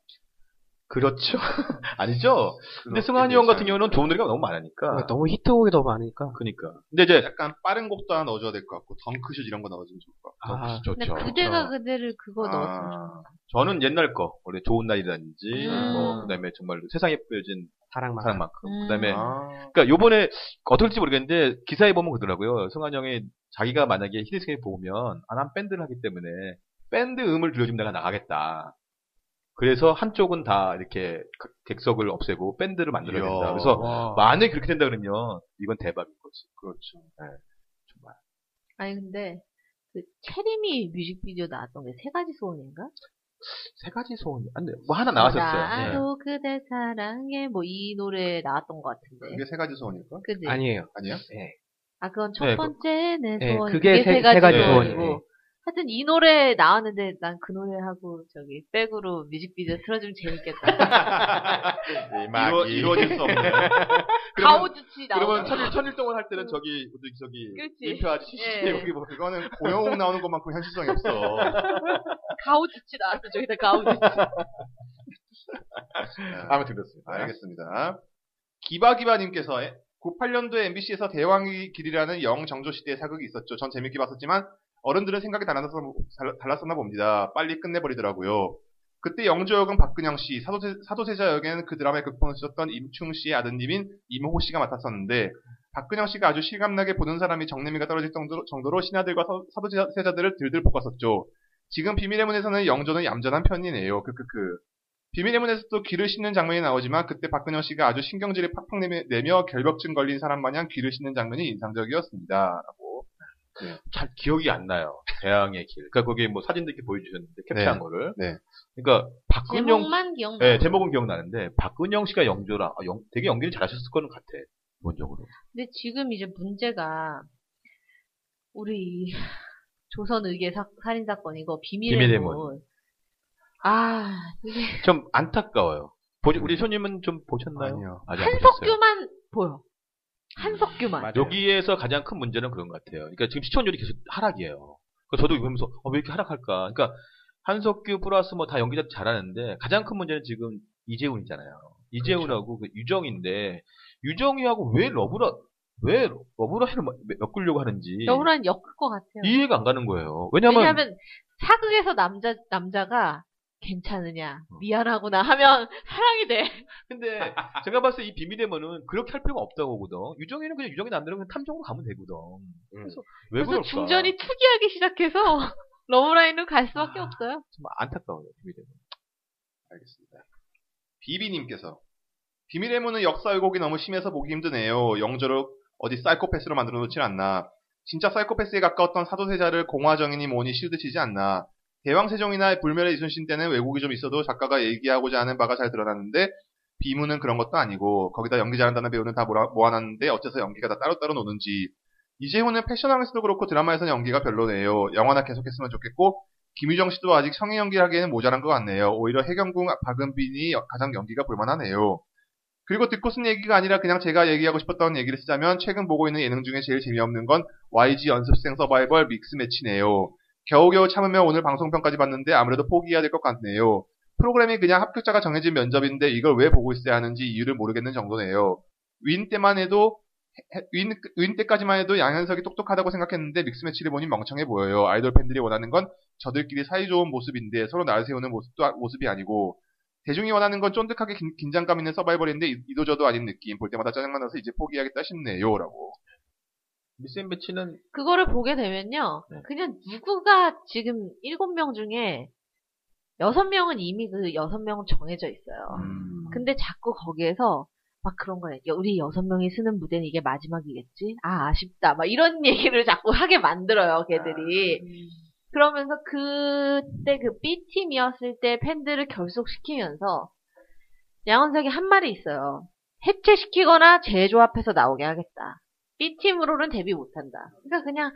Speaker 4: 그렇죠. 아니죠? 근데
Speaker 3: 그렇게
Speaker 4: 승환이 형 같은
Speaker 3: 되지
Speaker 4: 경우는 좋은 노래가 너무 많으니까.
Speaker 5: 너무 히트곡이 너무 많으니까
Speaker 4: 아, 그니까. 근데 이제
Speaker 3: 그러니까 약간 빠른 곡도 하나 넣어줘야 될 것 같고 덩크슛 이런 거 넣어주면 좋을 것 같고
Speaker 5: 아,
Speaker 2: 근데
Speaker 4: 좋죠.
Speaker 2: 그대가 그대를 그거
Speaker 3: 아.
Speaker 2: 넣었으면
Speaker 4: 그렇죠. 저는 옛날 거, 원래 좋은 날이라든지,
Speaker 2: 음.
Speaker 4: 뭐, 그다음에 정말 세상에 뿌려진
Speaker 5: 사랑만
Speaker 4: 사랑만큼,
Speaker 2: 음.
Speaker 4: 그다음에
Speaker 3: 아.
Speaker 4: 그러니까 요번에 어떻게 될지 모르겠는데 기사에 보면 그러더라고요. 승환 형이 자기가 만약에 히든스케이 보면 아, 난 밴드를 하기 때문에 밴드 음을 들려주면 내가 나가겠다. 그래서 한쪽은 다 이렇게 그- 객석을 없애고 밴드를 만들어야
Speaker 3: 이야.
Speaker 4: 된다. 그래서 만약에 그렇게 된다 그러면 이건 대박인 거지. 그렇죠. 정말.
Speaker 2: 아니 근데 그 체리미 뮤직비디오 나왔던 게 세 가지 소원인가?
Speaker 4: 세 가지 소원이 안 돼. 뭐 하나 나왔었어요. 예.
Speaker 2: 나도 그대 사랑해 뭐 이 노래 나왔던 것 같은데.
Speaker 3: 그게 세 가지 소원일까?
Speaker 2: 그지?
Speaker 5: 아니에요.
Speaker 3: 아니에요?
Speaker 5: 네.
Speaker 2: 아 그건 첫
Speaker 4: 네, 그-
Speaker 2: 번째는
Speaker 5: 네,
Speaker 2: 소원.
Speaker 5: 그게 세- 세 가지 소원이고.
Speaker 2: 하여튼 이 노래 나왔는데 난 그 노래하고 저기 백으로 뮤직비디오 틀어주면 재밌겠다.
Speaker 4: 네.
Speaker 3: 네, 이루, 이루어질 수 없는
Speaker 2: 가오즈치 나오고.
Speaker 4: 그러면 천일 천일 동안 할 때는 저기 우리 저기
Speaker 2: 그치.
Speaker 4: 인표 아저씨
Speaker 2: 예.
Speaker 4: 여기 뭐
Speaker 3: 그거는 고영욱 나오는 것만큼 현실성이 없어
Speaker 2: 가오즈치 나왔어 저기다 가오즈치.
Speaker 3: 네.
Speaker 4: 마음에 들었습니다.
Speaker 3: 알겠습니다 기바기바님께서 98년도에 MBC에서 대왕의 길이라는 영정조 시대의 사극이 있었죠 전 재밌게 봤었지만 어른들은 생각이 달라서- 달- 달랐었나 봅니다 빨리 끝내버리더라고요 그때 영조 역은 박근영 씨, 사도세, 사도세자 역에는 그 드라마의 극본을 쓰셨던 임충 씨의 아드님인 임호 씨가 맡았었는데 박근영 씨가 아주 실감나게 보는 사람이 정내미가 떨어질 정도로, 정도로 신하들과 사, 사도세자들을 들들 볶았었죠. 지금 비밀의 문에서는 영조는 얌전한 편이네요. 크크크. 비밀의 문에서도 귀를 씻는 장면이 나오지만 그때 박근영 씨가 아주 신경질을 팍팍 내며, 내며 결벽증 걸린 사람 마냥 귀를 씻는 장면이 인상적이었습니다.
Speaker 4: 잘 기억이 안 나요. 대항의 길. 그러니까 거기에 뭐 사진도 이렇게 보여주셨는데 캡처한
Speaker 3: 네.
Speaker 4: 거를.
Speaker 3: 네.
Speaker 4: 그러니까 박근영
Speaker 2: 제목만 기억나.
Speaker 4: 네, 제목은 기억나는데 박근영 씨가 영조라 아, 영- 되게 연기를 잘하셨을 거는 같아. 기본적으로.
Speaker 2: 근데 지금 이제 문제가 우리 조선 의계 사- 살인 사건 이거 비밀의,
Speaker 4: 비밀의
Speaker 2: 문.
Speaker 4: 문.
Speaker 2: 아
Speaker 4: 좀 안타까워요. 보- 우리 손님은 좀 보셨나요?
Speaker 3: 아니요.
Speaker 4: 아직 안 보셨어요.
Speaker 2: 한석규만 보여. 한석규만.
Speaker 5: 맞아요.
Speaker 4: 여기에서 가장 큰 문제는 그런 것 같아요. 그러니까 지금 시청률이 계속 하락이에요. 그러니까 저도 이거 보면서 어, 왜 이렇게 하락할까? 그러니까 한석규 플러스 뭐 다 연기자 잘하는데 가장 큰 문제는 지금 이재훈이잖아요. 이재훈하고 그 유정인데 유정이하고 왜 러브라 왜 러브라인을 막 엮으려고 하는지
Speaker 2: 여우란 엮을 것 같아요.
Speaker 4: 이해가 안 가는 거예요. 왜냐하면
Speaker 2: 왜냐하면 사극에서 남자 남자가 괜찮으냐
Speaker 4: 어.
Speaker 2: 미안하구나 하면 사랑이 돼.
Speaker 4: 근데 제가 봤을 때 이 비밀의 문은 그렇게 할 필요가 없다고 보거든. 유정이는 그냥 유정이 남들은 그냥 탐정으로 가면 되거든. 그래서 왜
Speaker 2: 그래서
Speaker 4: 그럴까?
Speaker 2: 중전이 특이하게 시작해서 러브라인으로 갈 수밖에
Speaker 4: 아.
Speaker 2: 없어요.
Speaker 4: 좀 안타까워요. 비밀의 문.
Speaker 3: 알겠습니다. 비비님께서 비밀의 문은 역사 왜곡이 너무 심해서 보기 힘드네요. 영조를 어디 사이코패스로 만들어 놓진 않나. 진짜 사이코패스에 가까웠던 사도세자를 공화정인이 뭐니 실드치지 않나. 대왕세종이나 불멸의 이순신 때는 왜곡이 좀 있어도 작가가 얘기하고자 하는 바가 잘 드러났는데 비문은 그런 것도 아니고 거기다 연기 잘한다는 배우는 다 몰아- 모아놨는데 어째서 연기가 다 따로따로 노는지 이재훈은 패션왕에서도 그렇고 드라마에서는 연기가 별로네요. 영화나 계속했으면 좋겠고 김유정 씨도 아직 성인 연기를 하기에는 모자란 것 같네요. 오히려 해경궁 박은빈이 가장 연기가 볼만하네요. 그리고 듣고 쓴 얘기가 아니라 그냥 제가 얘기하고 싶었던 얘기를 쓰자면 최근 보고 있는 예능 중에 제일 재미없는 건 YG 연습생 서바이벌 믹스 매치네요. 겨우겨우 참으며 오늘 방송편까지 봤는데 아무래도 포기해야 될 것 같네요. 프로그램이 그냥 합격자가 정해진 면접인데 이걸 왜 보고 있어야 하는지 이유를 모르겠는 정도네요. 윈 때만 해도 해- 윈, 윈 때까지만 해도 양현석이 똑똑하다고 생각했는데 믹스 매치를 보니 멍청해 보여요. 아이돌 팬들이 원하는 건 저들끼리 사이좋은 모습인데 서로 날 세우는 모습도 아- 모습이 아니고 대중이 원하는 건 쫀득하게 긴, 장감 있는 서바이벌인데 이- 이도저도 아닌 느낌 볼 때마다 짜증나서 이제 포기하겠다 싶네요라고
Speaker 4: 미스 앤 배치는
Speaker 2: 그거를 보게 되면요,
Speaker 4: 네.
Speaker 2: 그냥 누구가 지금 일곱 명 중에 여섯 명은 이미 그 여섯 명은 정해져 있어요.
Speaker 4: 음.
Speaker 2: 근데 자꾸 거기에서 막 그런 거예요. 야, 우리 여섯 명이 쓰는 무대는 이게 마지막이겠지? 아, 아쉽다. 막 이런 얘기를 자꾸 하게 만들어요, 걔들이. 그러면서 그때 그 B팀이었을 때 팬들을 결속시키면서 양원석이 한 말이 있어요. 해체시키거나 재조합해서 나오게 하겠다. B팀으로는 데뷔 못한다. 그러니까 그냥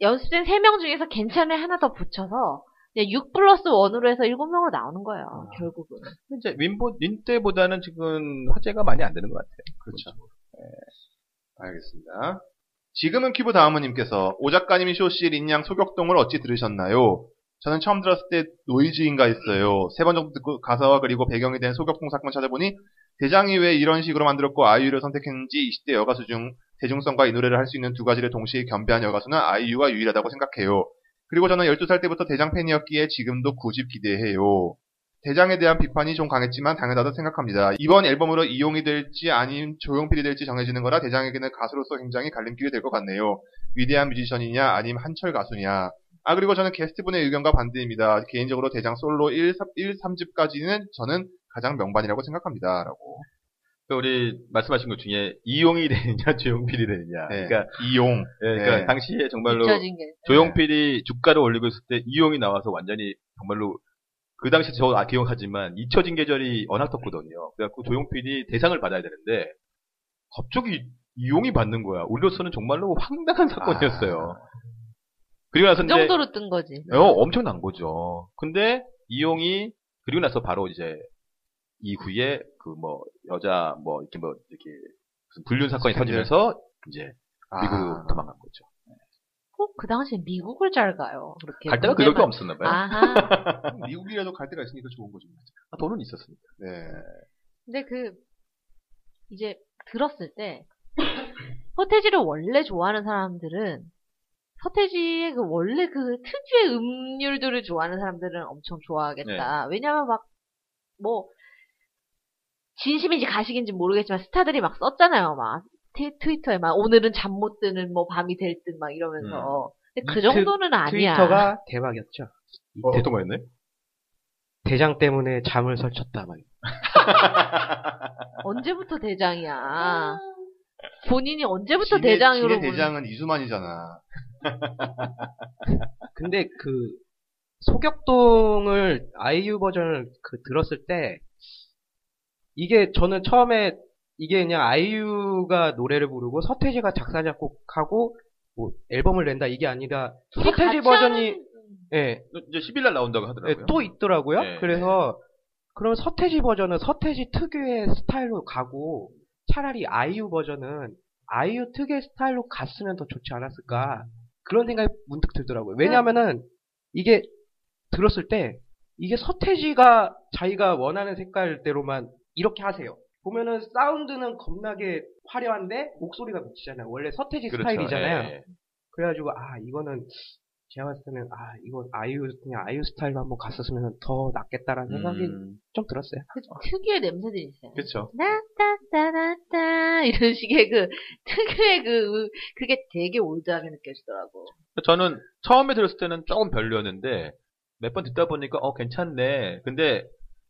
Speaker 2: 연습생 세 명 중에서 괜찮은 하나 더 붙여서 그냥 6 플러스 1으로 해서 7명으로 나오는 거예요, 결국은.
Speaker 4: 이제 윈보 윈 때보다는 지금 화제가 많이 안 되는 것 같아요.
Speaker 3: 그렇죠. 알겠습니다. 지금은 큐브 다음은님께서 오 작가님이 쇼시 린양 소격동을 어찌 들으셨나요? 저는 처음 들었을 때 노이즈인가 했어요. 세 번 정도 듣고 가사와 그리고 배경이 된 소격동 사건 찾아보니 대장이 왜 이런 식으로 만들었고 아이유를 선택했는지 20대 여가수 중 대중성과 이 노래를 할 수 있는 두 가지를 동시에 겸비한 여가수는 아이유가 유일하다고 생각해요. 그리고 저는 12살 때부터 대장 팬이었기에 지금도 굳이 기대해요. 대장에 대한 비판이 좀 강했지만 당연하다 생각합니다. 이번 앨범으로 이용이 될지 아님 조용필이 될지 정해지는 거라 대장에게는 가수로서 굉장히 갈림길이 될 것 같네요. 위대한 뮤지션이냐 아님 한철 가수냐. 아 그리고 저는 게스트분의 의견과 반대입니다. 개인적으로 대장 솔로 1, 3집까지는 저는 가장 명반이라고 생각합니다. 라고.
Speaker 4: 그 우리 말씀하신 것 중에 이용이 되느냐 조용필이 되느냐.
Speaker 3: 네.
Speaker 4: 그러니까,
Speaker 3: 이용.
Speaker 4: 예, 그러니까
Speaker 3: 네.
Speaker 4: 당시에 정말로
Speaker 2: 잊혀진 게.
Speaker 4: 조용필이 주가를 올리고 있을 때 이용이 나와서 완전히 정말로 그 당시 저 아, 기억하지만 잊혀진 계절이 워낙 떴거든요. 그래갖고 조용필이 대상을 받아야 되는데 갑자기 이용이 받는 거야. 우리로서는 정말로 황당한
Speaker 3: 아.
Speaker 4: 사건이었어요. 그리고 나서
Speaker 2: 그
Speaker 4: 이제
Speaker 2: 정도로 뜬 거지.
Speaker 4: 어, 엄청난 거죠. 근데 이용이 그리고 나서 바로 이제 이후에 그 뭐 여자 뭐 이렇게 뭐 이렇게 무슨 불륜 사건이
Speaker 3: 스캔들.
Speaker 4: 터지면서 이제 미국으로
Speaker 3: 아,
Speaker 4: 도망간 거죠.
Speaker 2: 꼭 그 당시에 미국을 잘 가요. 예, 그렇게.
Speaker 4: 갈 데가 그밖에 없었나 봐요.
Speaker 2: 아하.
Speaker 3: 미국이라도 갈 데가 있으니까 좋은 거죠.
Speaker 4: 아, 돈은 있었으니까.
Speaker 3: 네.
Speaker 2: 근데 그, 이제 들었을 때, 서태지를 원래 좋아하는 사람들은, 서태지의 그 원래 그 특유의 음률들을 좋아하는 사람들은 엄청
Speaker 4: 네.
Speaker 2: 좋아하겠다. 왜냐면 막, 뭐, 진심인지 가식인지 모르겠지만 스타들이 막 썼잖아요. 막 트- 트위터에 막 오늘은 잠 못 드는 뭐 밤이 될 듯 막
Speaker 4: 음.
Speaker 2: 이러면서. 근데 그
Speaker 5: 이 트-
Speaker 2: 정도는 아니야.
Speaker 3: 어,
Speaker 5: 트위터가 대박이었죠.
Speaker 4: 어, 어떤 거였나요?
Speaker 5: 대장 때문에 잠을 설쳤다. 막.
Speaker 2: 언제부터 대장이야? 본인이 언제부터
Speaker 3: 진해-
Speaker 2: 대장으로
Speaker 3: 진해
Speaker 2: 보는-
Speaker 3: 아. 대장은 이수만이잖아.
Speaker 5: 근데 그 소격동을 아이유 버전을 그 들었을 때 이게 저는 처음에 이게 그냥 아이유가 노래를 부르고 서태지가 작사 작곡하고 뭐 앨범을 낸다 이게 아니라
Speaker 2: 둘이
Speaker 5: 서태지
Speaker 2: 같이
Speaker 5: 버전이
Speaker 2: 하는- 음.
Speaker 5: 예,
Speaker 4: 이제 10일 날 나온다고
Speaker 5: 예,
Speaker 4: 하더라고요.
Speaker 5: 또 있더라고요.
Speaker 4: 네,
Speaker 5: 그래서 그럼 서태지 버전은 서태지 특유의 스타일로 가고 차라리 아이유 버전은 아이유 특유의 스타일로 갔으면 더 좋지 않았을까 그런 생각이 문득 들더라고요. 왜냐하면은 이게 들었을 때 이게 서태지가 자기가 원하는 색깔대로만 이렇게 하세요. 보면은 사운드는 겁나게 화려한데 목소리가 미치잖아요. 원래 서태지
Speaker 4: 그렇죠. 예,
Speaker 5: 스타일이잖아요.
Speaker 4: 예.
Speaker 5: 그래가지고 아 이거는 제가 봤을 때는 아 이건 아이유 그냥 아이유 스타일로 한번 갔었으면 더 낫겠다라는 생각이
Speaker 4: 음.
Speaker 5: 좀 들었어요.
Speaker 2: 그 특유의 냄새들이 있어요.
Speaker 3: 그쵸.
Speaker 2: 나따따따따 이런 식의 그 특유의 그 그게 되게 올드하게 느껴지더라고.
Speaker 4: 저는 처음에 들었을 때는 조금 별로였는데 몇 번 듣다 보니까 어 괜찮네. 근데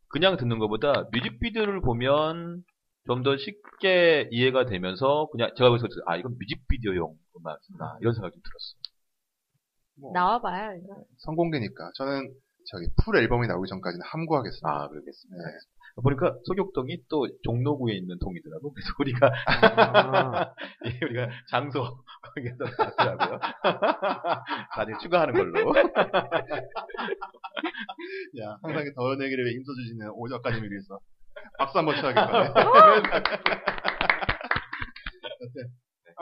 Speaker 4: 그냥 듣는 것보다 뮤직비디오를 보면 좀 더 쉽게 이해가 되면서 그냥 제가 그래서 아 이건 뮤직비디오용 음악이구나 이런 생각이 좀 들었어.
Speaker 3: 뭐,
Speaker 2: 나와봐요. 이거.
Speaker 3: 성공개니까. 저는 저기 풀 앨범이 나오기 전까지는 함구하겠습니다. 네.
Speaker 4: 아 그러겠습니다. 보니까 소격동이 또 종로구에 있는 동이더라고. 그래서 우리가
Speaker 5: 아,
Speaker 4: 예, 우리가 장소 거기에다 놨더라고요. 나중에 추가하는 걸로.
Speaker 3: 야, 항상 더운 얘기를 임써주시는 오 작가님을 위해서 박수 한번 쳐야겠다.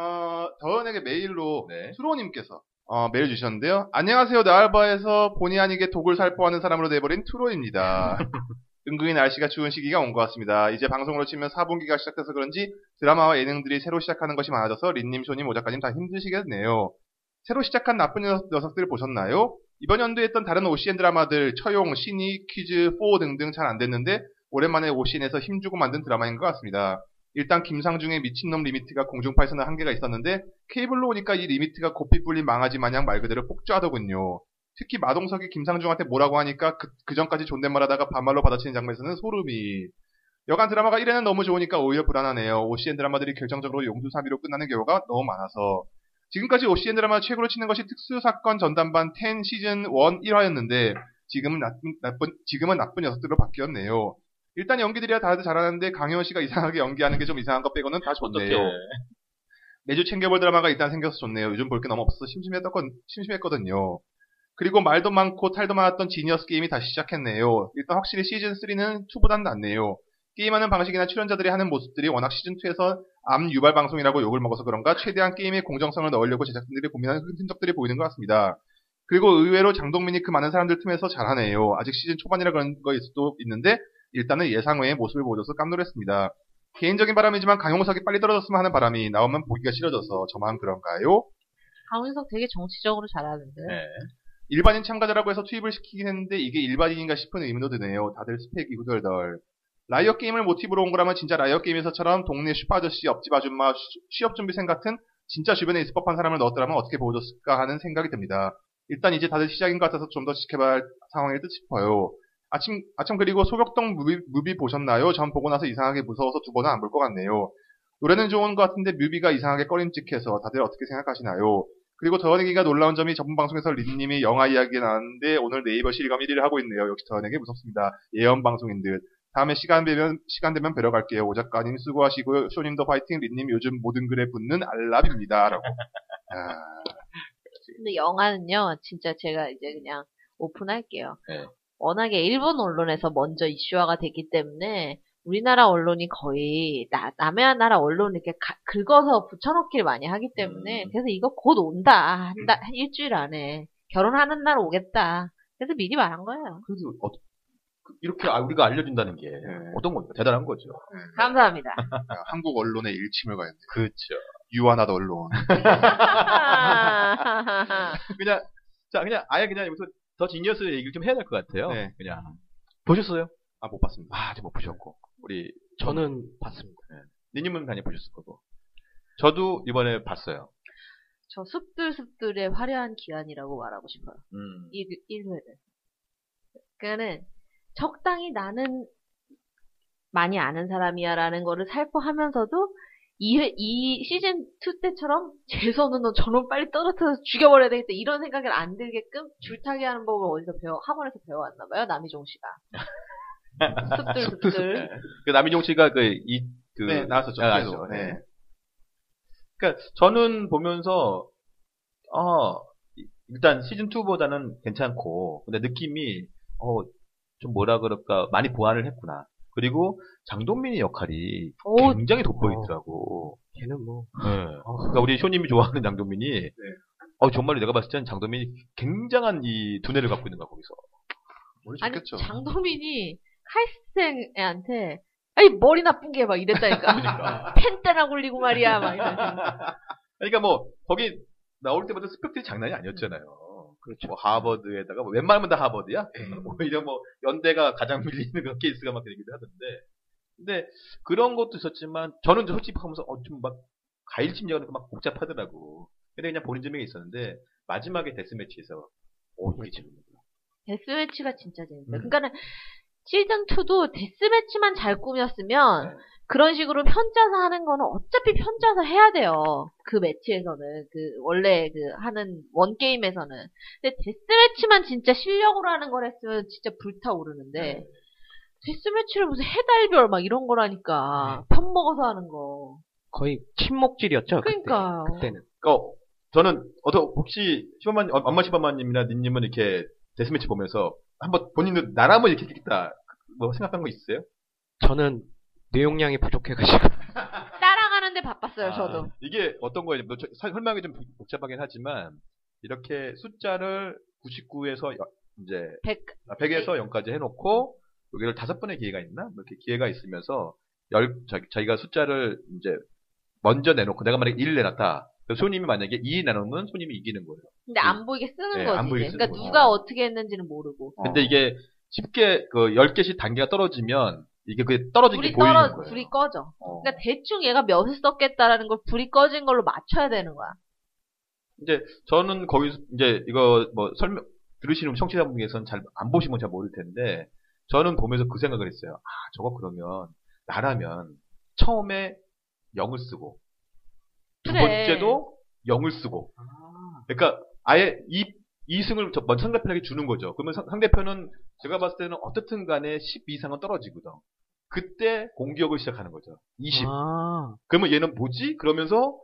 Speaker 3: 어, 더운에게 메일로
Speaker 4: 네.
Speaker 3: 투로님께서 어, 메일 주셨는데요. 안녕하세요. 나알바에서 본의 아니게 독을 살포하는 사람으로 돼버린 투로입니다. 은근히 날씨가 추운 시기가 온 것 같습니다. 이제 방송으로 치면 4분기가 시작돼서 그런지 드라마와 예능들이 새로 시작하는 것이 많아져서 린님, 쇼님, 오작가님 다 힘드시겠네요. 새로 시작한 나쁜 녀석, 녀석들 보셨나요? 이번 연도에 했던 다른 OCN 드라마들 처용, 신이, 퀴즈, 4 등등 잘 안 됐는데 오랜만에 OCN에서 힘주고 만든 드라마인 것 같습니다. 일단 김상중의 미친놈 리미트가 공중파에서는 한계가 있었는데 케이블로 오니까 이 리미트가 고삐 뿔린 망아지 마냥 말 그대로 폭주하더군요. 특히 마동석이 김상중한테 뭐라고 하니까 그, 그 전까지 존댓말하다가 반말로 받아치는 장면에서는 소름이. 여간 드라마가 1회는 너무 좋으니까 오히려 불안하네요. OCN 드라마들이 결정적으로 용두사비로 끝나는 경우가 너무 많아서. 지금까지 OCN 드라마 최고로 치는 것이 특수사건 전담반 10 시즌 1 1화였는데 지금은 나쁜, 나쁜- 지금은 나쁜 녀석들로 바뀌었네요. 일단 연기들이야 다들 잘하는데 강효원 씨가 이상하게 연기하는 게 좀 이상한 것 빼고는 다 좋네요. 매주 챙겨볼 드라마가 일단 생겨서 좋네요. 요즘 볼 게 너무 없어서 심심했던, 심심했거든요. 그리고 말도 많고 탈도 많았던 지니어스 게임이 다시 시작했네요. 일단 확실히 시즌3는 2보단 낫네요. 게임하는 방식이나 출연자들이 하는 모습들이 워낙 시즌2에서 암 유발 방송이라고 욕을 먹어서 그런가 최대한 게임에 공정성을 넣으려고 제작진들이 고민하는 흔적들이 보이는 것 같습니다. 그리고 의외로 장동민이 그 많은 사람들 틈에서 잘하네요. 아직 시즌 초반이라 그런 거일 수도 있는데 일단은 예상 외의 모습을 보여줘서 깜놀했습니다. 개인적인 바람이지만 강용석이 빨리 떨어졌으면 하는 바람이 나오면 보기가 싫어져서 저만 그런가요?
Speaker 2: 강윤석 되게 정치적으로 잘하는데.
Speaker 4: 네.
Speaker 3: 일반인 참가자라고 해서 투입을 시키긴 했는데 이게 일반인인가 싶은 의문도 드네요. 다들 스펙이고 덜덜. 라이어 게임을 모티브로 온 거라면 진짜 라이어 게임에서처럼 동네 슈퍼 아저씨, 옆집 아줌마, 쉬- 취업 준비생 같은 진짜 주변에 있을 법한 사람을 넣었더라면 어떻게 보여줬을까 하는 생각이 듭니다. 일단 이제 다들 시작인 것 같아서 좀 더 지켜봐야 할 상황일 듯 싶어요. 아침, 아침 그리고 소격동 무비, 무비 보셨나요? 전 보고 나서 이상하게 무서워서 두 번은 안 볼 것 같네요. 노래는 좋은 것 같은데 뮤비가 이상하게 꺼림직해서 다들 어떻게 생각하시나요? 그리고 더원에게가 놀라운 점이 저번 방송에서 린님이 영화 이야기 나왔는데 오늘 네이버 실감 1위를 하고 있네요. 역시 더원에게 무섭습니다. 예언 방송인 듯. 다음에 시간 되면 시간 되면 뵈러 갈게요. 오 작가님 수고하시고요. 쇼님도 파이팅. 린님 요즘 모든 글에 붙는 알랍입니다라고. 아,
Speaker 2: 근데 영화는요, 진짜 제가 이제 그냥 오픈할게요.
Speaker 4: 네.
Speaker 2: 워낙에 일본 언론에서 먼저 이슈화가 됐기 때문에 우리나라 언론이 거의 나- 남의 나라 언론 이렇게 가- 긁어서 붙여넣기를 많이 하기 때문에
Speaker 4: 음.
Speaker 2: 그래서 이거 곧 온다. 한, 달- 한 일주일 안에. 결혼하는 날 오겠다. 그래서 미리 말한 거예요.
Speaker 4: 그래서 어, 그- 이렇게 아- 우리가 알려준다는 게 어떤 겁니까? 대단한 거죠.
Speaker 2: 감사합니다.
Speaker 3: 야, 한국 언론의 일침을 가야 돼.
Speaker 4: 그렇죠.
Speaker 3: 유한한 언론.
Speaker 4: 그냥 자 그냥 아예 그냥 여기서 더 지니어스 얘기를 좀 해야 될 것 같아요.
Speaker 3: 네.
Speaker 4: 그냥 보셨어요?
Speaker 3: 아 못 봤습니다.
Speaker 4: 아, 아직 못 보셨고 우리
Speaker 5: 저는 봤습니다.
Speaker 4: 니님은 당연히 보셨을 거고 저도 이번에 봤어요.
Speaker 2: 저 숲들숲들의 화려한 기한이라고 말하고 싶어요.
Speaker 4: 음.
Speaker 2: 일, 일회를. 그러니까는 적당히 나는 많이 아는 사람이야라는 거를 살포하면서도 이, 회- 이 시즌 2 때처럼 재선은 너 저놈 빨리 떨어뜨려서 죽여버려야 되겠다 이런 생각을 안 들게끔 줄타기 하는 법을 어디서 배워 학원에서 배워왔나 봐요 남희종 씨가 습들습들
Speaker 4: 그 남희종 씨가 그, 이, 그.
Speaker 3: 네, 나왔었죠.
Speaker 4: 아,
Speaker 3: 계속.
Speaker 4: 나왔죠.
Speaker 3: 네.
Speaker 4: 네. 그러니까 저는 보면서 아 일단 시즌 2보다는 괜찮고 근데 느낌이 어 좀 뭐라 그럴까 많이 보완을 했구나. 그리고 장동민의 역할이
Speaker 2: 오 어.
Speaker 4: 굉장히 돋보이더라고.
Speaker 5: 걔는 뭐
Speaker 4: 네. 그러니까 우리 쇼님이 좋아하는 장동민이 어 정말 내가 봤을 때는 장동민이 굉장한 이 두뇌를 갖고 있는 거야 거기서.
Speaker 3: 머리
Speaker 2: 아니
Speaker 3: 좋겠죠.
Speaker 2: 장동민이 카이스트생한테 아니 머리 나쁜 게 막 이랬다니까 펜 때나 굴리고 말이야 막 이러면서.
Speaker 4: 그러니까 뭐 거기 나올 때부터 스펙트리 장난이 아니었잖아요. 그렇죠. 뭐 하버드에다가 뭐 웬만하면 다 하버드야. 오히려 뭐 연대가 가장 밀리는 그런 케이스가 막 되기도 하던데. 근데 그런 것도 있었지만 저는 솔직히 하면서 어 좀 막 가일찜 여가막 복잡하더라고. 근데 그냥 보는 재미가 있었는데 마지막에 데스매치에서 오 이게 재밌는구나.
Speaker 2: 데스매치가 진짜 재밌어요.
Speaker 4: 음.
Speaker 2: 그러니까는 시즌 2도 데스매치만 잘 꾸몄으면
Speaker 4: 네.
Speaker 2: 그런 식으로 편짜서 하는 거는 어차피 편짜서 해야 돼요. 그 매치에서는 그 원래 그 하는 원 게임에서는 근데 데스매치만 진짜 실력으로 하는 걸 했으면 진짜 불타오르는데
Speaker 4: 네.
Speaker 2: 데스매치를 무슨 해달별 막 이런 거라니까
Speaker 4: 네.
Speaker 2: 편 먹어서 하는 거.
Speaker 5: 거의 침묵질이었죠.
Speaker 2: 그러니까요.
Speaker 5: 그때, 는
Speaker 4: 그러니까 저는 어떠 혹시 시범만 어, 엄마 시범마님이나 님님은 이렇게 데스매치 보면서 한번 본인도 나라 한번 이렇게 했겠다 뭐 생각한 거 있으세요?
Speaker 5: 저는 내용량이 부족해가지고
Speaker 2: 따라가는데 바빴어요
Speaker 4: 아,
Speaker 2: 네, 저도.
Speaker 4: 이게 어떤 거예요? 뭐 저- 사- 설명이 좀 복- 복잡하긴 하지만 이렇게 숫자를 99에서 이제
Speaker 2: 백
Speaker 4: 100에서 0까지 해놓고 여기를 다섯 번의 기회가 있나? 뭐 이렇게 기회가 있으면서 열 자기, 자기가 숫자를 이제 먼저 내놓고 내가 만약에 1을 내놨다. 그럼 손님이 만약에 2 나누면 손님이 이기는 거예요.
Speaker 2: 근데 안 보이게 쓰는
Speaker 4: 네,
Speaker 2: 거지.
Speaker 4: 안 보이게 쓰는
Speaker 2: 그러니까
Speaker 4: 거죠.
Speaker 2: 누가 어떻게 했는지는 모르고.
Speaker 4: 근데 이게 쉽게 그 10개씩 단계가 떨어지면 이게 그 떨어진
Speaker 2: 불이
Speaker 4: 게 보이는
Speaker 2: 떨어
Speaker 4: 거예요.
Speaker 2: 불이 꺼져.
Speaker 4: 어.
Speaker 2: 그러니까 대충 얘가 몇을 썼겠다라는 걸 불이 꺼진 걸로 맞춰야 되는 거야.
Speaker 4: 저는 거기서 이제 이거 뭐 설명 들으시는 청취자분께서는 잘 안 보시면 잘 모를 텐데 저는 보면서 그 생각을 했어요. 아 저거 그러면 나라면 처음에 0을 쓰고 두
Speaker 2: 그래.
Speaker 4: 번째도 0을 쓰고
Speaker 2: 아.
Speaker 4: 그러니까 아예 이 이승을 저- 먼저 상대편에게 주는 거죠. 그러면 상- 상대편은 제가 봤을 때는 어떻든 간에 10 이상은 떨어지거든. 그때 공격을 시작하는 거죠. 20.
Speaker 5: 아,
Speaker 4: 그러면 얘는 뭐지? 그러면서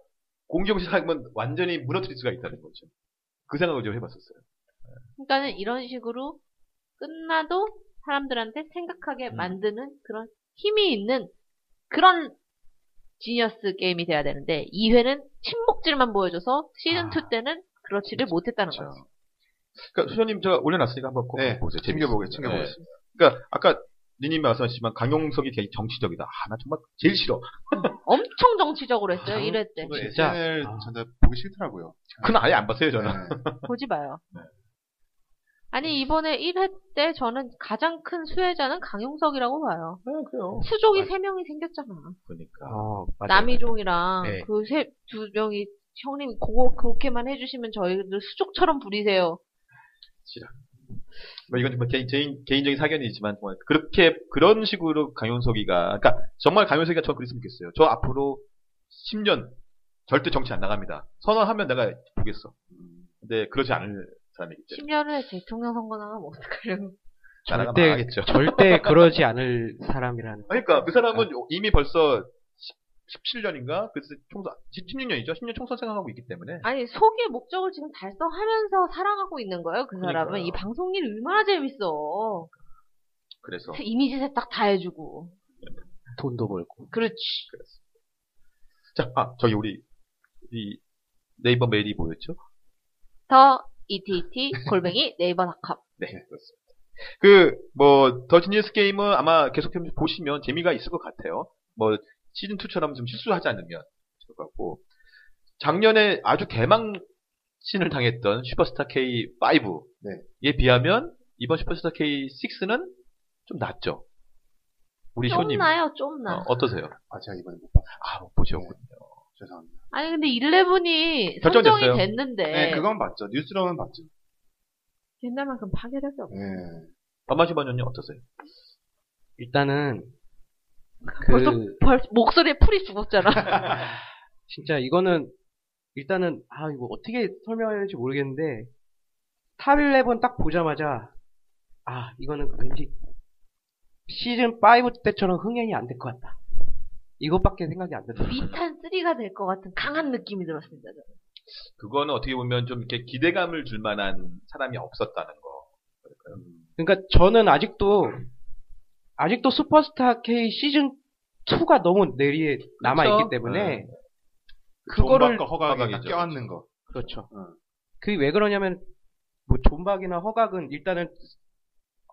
Speaker 4: 공격을 시작하면 완전히 무너뜨릴 수가 있다는 거죠. 그 생각을 좀 해봤었어요.
Speaker 2: 그러니까는 이런 식으로 끝나도 사람들한테 생각하게
Speaker 4: 음.
Speaker 2: 만드는 그런 힘이 있는 그런 지니어스 게임이 돼야 되는데 2회는 침묵질만 보여줘서 시즌
Speaker 4: 아.
Speaker 2: 2 때는 그렇지를 못했다는
Speaker 4: 그렇죠.
Speaker 2: 거지.
Speaker 4: 그러니까 수현님 제가 올려놨으니까 한번 꼭
Speaker 3: 네,
Speaker 4: 보세요.
Speaker 3: 챙겨보게,
Speaker 4: 재밌습니다.
Speaker 3: 챙겨보겠습니다.
Speaker 4: 네. 그러니까 아까 니님이 말씀하셨지만 강용석이 되게 정치적이다. 아, 나 정말 제일 싫어.
Speaker 2: 엄청 정치적으로 했어요.
Speaker 3: 아,
Speaker 4: 음,
Speaker 2: 1회 때.
Speaker 3: 저도
Speaker 5: 진짜.
Speaker 3: SNL
Speaker 5: 아.
Speaker 3: 전자 보기 싫더라고요.
Speaker 4: 그건 아예 안 봤어요, 저는.
Speaker 3: 네.
Speaker 2: 보지 마요.
Speaker 4: 네.
Speaker 2: 아니 이번에 1회 때 저는 가장 큰 수혜자는 강용석이라고 봐요.
Speaker 4: 네, 그래요.
Speaker 2: 수족이
Speaker 4: 맞-
Speaker 2: 3명이 생겼잖아.
Speaker 4: 그러니까.
Speaker 5: 어, 맞아요.
Speaker 2: 남이종이랑
Speaker 5: 네.
Speaker 2: 그 세 두 명이 형님 그거 그렇게만 해주시면 저희들 수족처럼 부리세요.
Speaker 4: 뭐 이건 정말 개인, 개인, 개인적인 사견이지만 정말 그렇게 그런 식으로 강용석이가 그러니까 정말 강용석이가 저 그랬으면 좋겠어요. 저 앞으로 10년 절대 정치 안 나갑니다. 선언하면 내가 보겠어. 근데 그러지 않을 사람이기 때문에.
Speaker 2: 10년 후에 대통령 선거 나가면 어떡하려고.
Speaker 4: 나라가
Speaker 5: 절대-
Speaker 4: 망하겠죠.
Speaker 5: 절대 그러지 않을 사람이라는.
Speaker 4: 그러니까 그
Speaker 5: 네.
Speaker 4: 사람은 이미 벌써 17년인가? 그래서 총선 16년이죠. 16년 총선 생각하고 있기 때문에.
Speaker 2: 아니 속의 목적을 지금 달성하면서 살아가고 있는 거예요. 그 사람은
Speaker 4: 그러니까요.
Speaker 2: 이 방송 일 얼마나 재밌어.
Speaker 4: 그래서
Speaker 5: 네.
Speaker 2: 이미지 세탁 다 해주고.
Speaker 5: 돈도 벌고.
Speaker 2: 그렇지.
Speaker 4: 자, 아, 저기 우리 이 네이버 메일이 뭐였죠?
Speaker 2: 더 E 이티이티 골뱅이 네이버닷컴.
Speaker 4: 네, 그렇습니다. 그, 뭐, 더 지니어스 게임은 아마 계속 좀 보시면 재미가 있을 것 같아요. 뭐, 시즌2처럼 좀 실수하지 않으면 좋을 것 같고. 작년에 아주 개망신을 당했던 슈퍼스타 K5에 네. 비하면 이번 슈퍼스타 K6는 좀 낫죠. 우리
Speaker 2: 좀
Speaker 4: 쇼님.
Speaker 2: 나요, 좀 나.
Speaker 4: 어, 떠세요
Speaker 3: 아, 제가 이번에 못 봤어요.
Speaker 4: 아, 못 보셨군요.
Speaker 3: 죄송합니다.
Speaker 2: 아니 근데 11이
Speaker 4: 결정됐어요.
Speaker 2: 선정이 됐는데
Speaker 4: 네,
Speaker 3: 네, 그건 봤죠. 뉴스로만 봤죠.
Speaker 2: 옛날만큼 파괴력이 없어.
Speaker 3: 네.
Speaker 4: 마마시 반전님 어떠세요?
Speaker 5: 일단은
Speaker 2: 벌써
Speaker 5: 그
Speaker 2: 벌- 목소리에 풀이 죽었잖아.
Speaker 5: 진짜 이거는 일단은 아 이거 어떻게 설명해야 될지 모르겠는데 탑11 딱 보자마자 아 이거는 왠지 시즌 5 때처럼 흥행이 안 될 것 같다. 이것밖에 생각이 안 들어요.
Speaker 2: 위탄 3가 될 것 같은 강한 느낌이 들었습니다. 저는.
Speaker 4: 그거는 어떻게 보면 좀 이렇게 기대감을 줄 만한 사람이 없었다는 거. 음,
Speaker 5: 그러니까 저는 아직도 아직도 슈퍼스타 K 시즌 2가 너무 내리에 남아
Speaker 4: 그쵸?
Speaker 5: 있기 때문에
Speaker 4: 네.
Speaker 5: 그거를
Speaker 3: 존박과 허각이 딱
Speaker 4: 허각이죠.
Speaker 3: 껴안는 거.
Speaker 5: 그렇죠.
Speaker 4: 음.
Speaker 5: 그게 왜 그러냐면 뭐 존박이나 허각은 일단은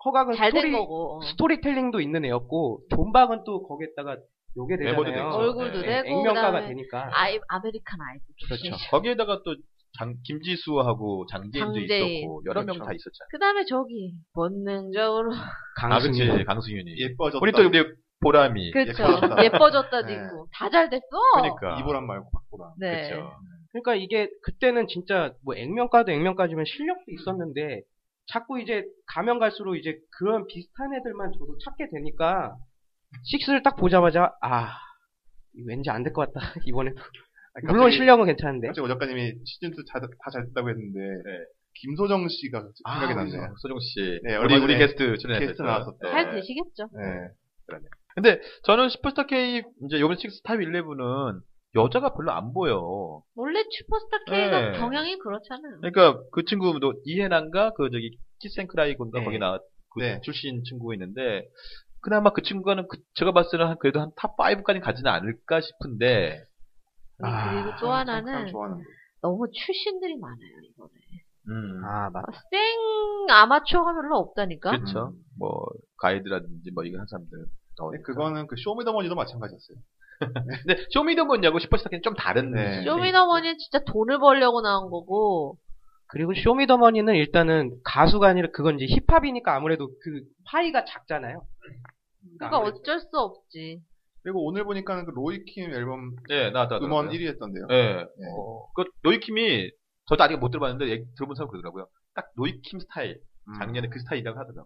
Speaker 5: 허각은
Speaker 2: 잘
Speaker 5: 스토리-
Speaker 2: 된 거고. 어.
Speaker 5: 스토리텔링도 있는 애였고 존박은 또 거기에다가 요게
Speaker 4: 메모도
Speaker 5: 되잖아요.
Speaker 4: 되죠.
Speaker 2: 얼굴도
Speaker 4: 네.
Speaker 2: 되고
Speaker 5: 어, 예, 액면가가
Speaker 2: 그다음에
Speaker 5: 되니까.
Speaker 2: 아이 아메리칸 아이도
Speaker 5: 그렇죠.
Speaker 4: 예. 거기에다가 또 장- 김지수하고 장재인도
Speaker 2: 장재인.
Speaker 4: 있었고 여러
Speaker 5: 그렇죠.
Speaker 4: 명 다 있었잖아요.
Speaker 2: 그다음에 저기 본능적으로
Speaker 4: 아,
Speaker 5: 강승.
Speaker 4: 그치 강승윤이.
Speaker 3: 예뻐졌다.
Speaker 4: 우리 또 우리 보람이.
Speaker 2: 그렇죠.
Speaker 3: 예뻐졌다.
Speaker 2: 예뻐졌다도
Speaker 3: 네.
Speaker 2: 있고 다 잘 됐어.
Speaker 4: 그러니까.
Speaker 3: 이보람 말고 박보람.
Speaker 2: 네.
Speaker 4: 그렇죠.
Speaker 5: 그러니까 이게 그때는 진짜 뭐 액면가도 액면가지만 실력도 있었는데 자꾸 이제 가면 갈수록 이제 그런 비슷한 애들만 저도 찾게 되니까 식스를 딱 보자마자 아 이거 왠지 안 될 것 같다 이번에도
Speaker 3: 아니,
Speaker 5: 물론
Speaker 3: 갑자기-
Speaker 5: 실력은 괜찮은데
Speaker 3: 갑자기 오 작가님이 시즌2 다잘 됐다고 했는데 김소정 씨가
Speaker 4: 아,
Speaker 3: 생각이 났네요.
Speaker 4: 소정 씨.
Speaker 3: 네,
Speaker 4: 우리
Speaker 3: 얼마
Speaker 4: 우리
Speaker 3: 전에
Speaker 4: 게스트 출연했었죠.
Speaker 3: 게스트 나왔었죠.
Speaker 2: 잘 되시겠죠.
Speaker 3: 네.
Speaker 4: 근데 저는 슈퍼스타 K 이제 요번 식스 탑 11은 여자가 별로 안 보여.
Speaker 2: 원래 슈퍼스타 K가
Speaker 4: 네.
Speaker 2: 경향이 그렇잖아요.
Speaker 4: 그러니까 그 친구도 이해난가 그 저기 키센크라이군가
Speaker 5: 네.
Speaker 4: 거기 나왔 그
Speaker 3: 네.
Speaker 4: 출신 친구가 있는데 그나마 그 친구는 그- 제가 봤을 때는 한- 그래도 한 탑 5까지 가지는 않을까 싶은데
Speaker 2: 그리고 또 하나는
Speaker 3: 참 좋아하는 거.
Speaker 2: 너무 출신들이 많아요 이번에.
Speaker 4: 음.
Speaker 5: 아 맞다
Speaker 2: 생 아마추어가 별로 없다니까.
Speaker 4: 그렇죠. 뭐 가이드라든지 뭐 이런 사람들.
Speaker 3: 근데 음. 그거는 그 쇼미더머니도 마찬가지였어요.
Speaker 4: 근데 쇼미더머니하고 슈퍼스타 K는 좀 다른
Speaker 3: 네.
Speaker 2: 쇼미더머니는 진짜 돈을 벌려고 나온 거고
Speaker 5: 그리고 쇼미더머니는 일단은 가수가 아니라 그건 이제 힙합이니까 아무래도 그 파이가 작잖아요.
Speaker 2: 그러니까 어쩔 수 없지.
Speaker 3: 그리고 오늘 보니까 그 로이킴 앨범
Speaker 4: 네, 나왔다.
Speaker 3: 음원 1위 했던데요.
Speaker 4: 예.
Speaker 3: 네.
Speaker 4: 어, 그 노이킴이 저도 아직 못 들어봤는데 얘기 들어본 사람 그러더라고요. 딱 노이킴 스타일.
Speaker 3: 음.
Speaker 4: 작년에 그 스타일이라고 하더라고요.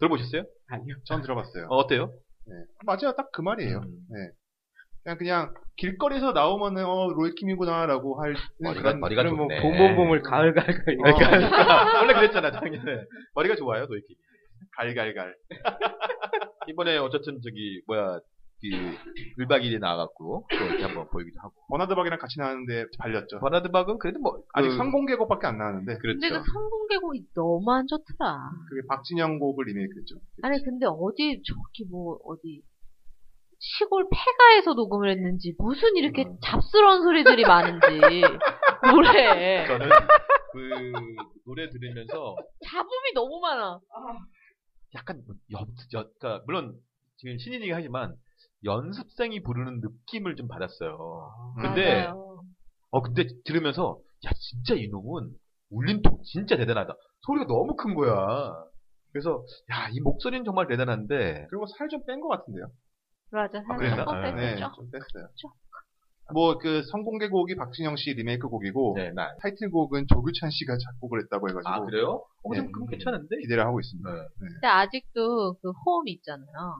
Speaker 4: 들어보셨어요?
Speaker 5: 아니요.
Speaker 3: 전 음, 들어봤어요.
Speaker 4: 어, 어때요?
Speaker 3: 네. 맞아요. 딱 그 말이에요.
Speaker 4: 음.
Speaker 3: 그냥 그냥 길거리에서 나오면은 어 로이킴이구나라고 할
Speaker 4: 머리가-
Speaker 3: 그런
Speaker 4: 머리가
Speaker 3: 그런 뭐
Speaker 4: 좋네.
Speaker 5: 봄봄봄을 가을가을 가을.
Speaker 3: 어.
Speaker 4: 그러니까 원래 그랬잖아 작년에 머리가 좋아요 노이킴 갈갈갈 이번에 어쨌든 저기 뭐야 그 1박 2일에 나와갖고 또 이렇게 한번 보이기도 하고
Speaker 3: 버나드박이랑 같이 나왔는데 발렸죠.
Speaker 4: 버나드박은 그래도 뭐 그-
Speaker 3: 아직 선공개곡밖에 안 나왔는데
Speaker 4: 그렇죠
Speaker 2: 근데 그 성공개곡이 너무 안 좋더라.
Speaker 3: 그게 박진영 곡을 리메이크했죠.
Speaker 2: 아니 근데 어디 저기 뭐 어디 시골 폐가에서 녹음을 했는지 무슨 이렇게
Speaker 3: 음.
Speaker 2: 잡스러운 소리들이 많은지 노래
Speaker 4: 저는 그 노래 들으면서
Speaker 2: 잡음이 너무 많아.
Speaker 4: 약간 연, 연, 그러니까 물론 지금 신인이긴 하지만 연습생이 부르는 느낌을 좀 받았어요 근데
Speaker 2: 맞아요.
Speaker 4: 어 근데 들으면서 야 진짜 이놈은 울림통 진짜 대단하다 소리가 너무 큰 거야 그래서 야 이 목소리는 정말 대단한데
Speaker 3: 그리고 살 좀 뺀 것 같은데요.
Speaker 2: 맞아
Speaker 4: 아,
Speaker 2: 사람
Speaker 4: 그랬나?
Speaker 2: 조금
Speaker 4: 아,
Speaker 3: 네,
Speaker 2: 뺐었죠.
Speaker 3: 좀 뺐어요. 뭐 그 선공개곡이 박진영 씨 리메이크 곡이고
Speaker 4: 네, 나.
Speaker 3: 타이틀곡은 조규찬 씨가 작곡을 했다고 해가지고
Speaker 4: 아 그래요? 어
Speaker 3: 네.
Speaker 4: 좀 그럼 괜찮은데
Speaker 3: 기대를 하고 있습니다.
Speaker 4: 네.
Speaker 2: 근데 아직도 그 호흡 있잖아요.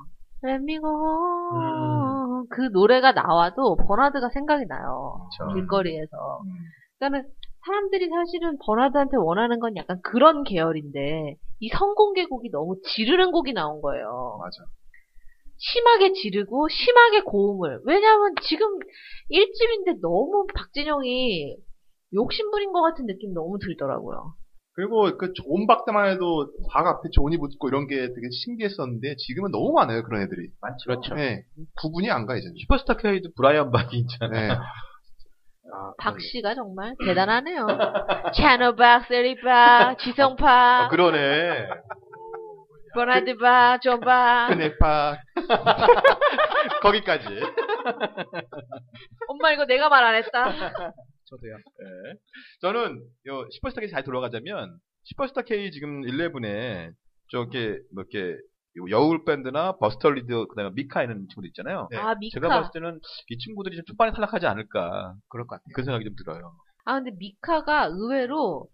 Speaker 4: 음.
Speaker 2: 레미고 그 노래가 나와도 버나드가 생각이 나요.
Speaker 4: 그렇죠.
Speaker 2: 길거리에서.
Speaker 3: 음.
Speaker 2: 그러니까는 사람들이 사실은 버나드한테 원하는 건 약간 그런 계열인데 이 성공개곡이 너무 지르는 곡이 나온 거예요.
Speaker 3: 맞아.
Speaker 2: 심하게 지르고 심하게 고음을 왜냐하면 지금 1집인데 너무 박진영이 욕심부린 것 같은 느낌 너무 들더라고요.
Speaker 3: 그리고 그 존박 때만 해도 박 앞에 존이 붙고 이런 게 되게 신기했었는데 지금은 너무 많아요 그런 애들이.
Speaker 4: 많죠.
Speaker 5: 그렇죠.
Speaker 3: 네, 구분이 안 가 이제. 는
Speaker 4: 슈퍼스타 K도 브라이언 박이 있잖아.
Speaker 3: 네. 아,
Speaker 2: 박
Speaker 4: 네.
Speaker 2: 씨가 정말
Speaker 4: 음.
Speaker 2: 대단하네요. 채널박, 세리박, 지성박,
Speaker 4: 어, 그러네. 그,
Speaker 2: 버나드박, 존박.
Speaker 3: 그네파
Speaker 4: 거기까지.
Speaker 2: 엄마 이거 내가 말 안 했다.
Speaker 5: 저도요.
Speaker 4: 예. 저는 요 슈퍼스타 K 잘 돌아가자면 슈퍼스타 K 지금 11에 저렇게 뭐 이렇게 요 여울 밴드나 버스터리드 그다음에 미카 이런 친구들 있잖아요.
Speaker 3: 네.
Speaker 2: 아 미카.
Speaker 4: 제가 봤을 때는 이 친구들이 좀 초반에 탈락하지 않을까
Speaker 5: 그럴 것 같아요.
Speaker 4: 그런 생각이 좀 들어요.
Speaker 2: 아 근데 미카가 의외로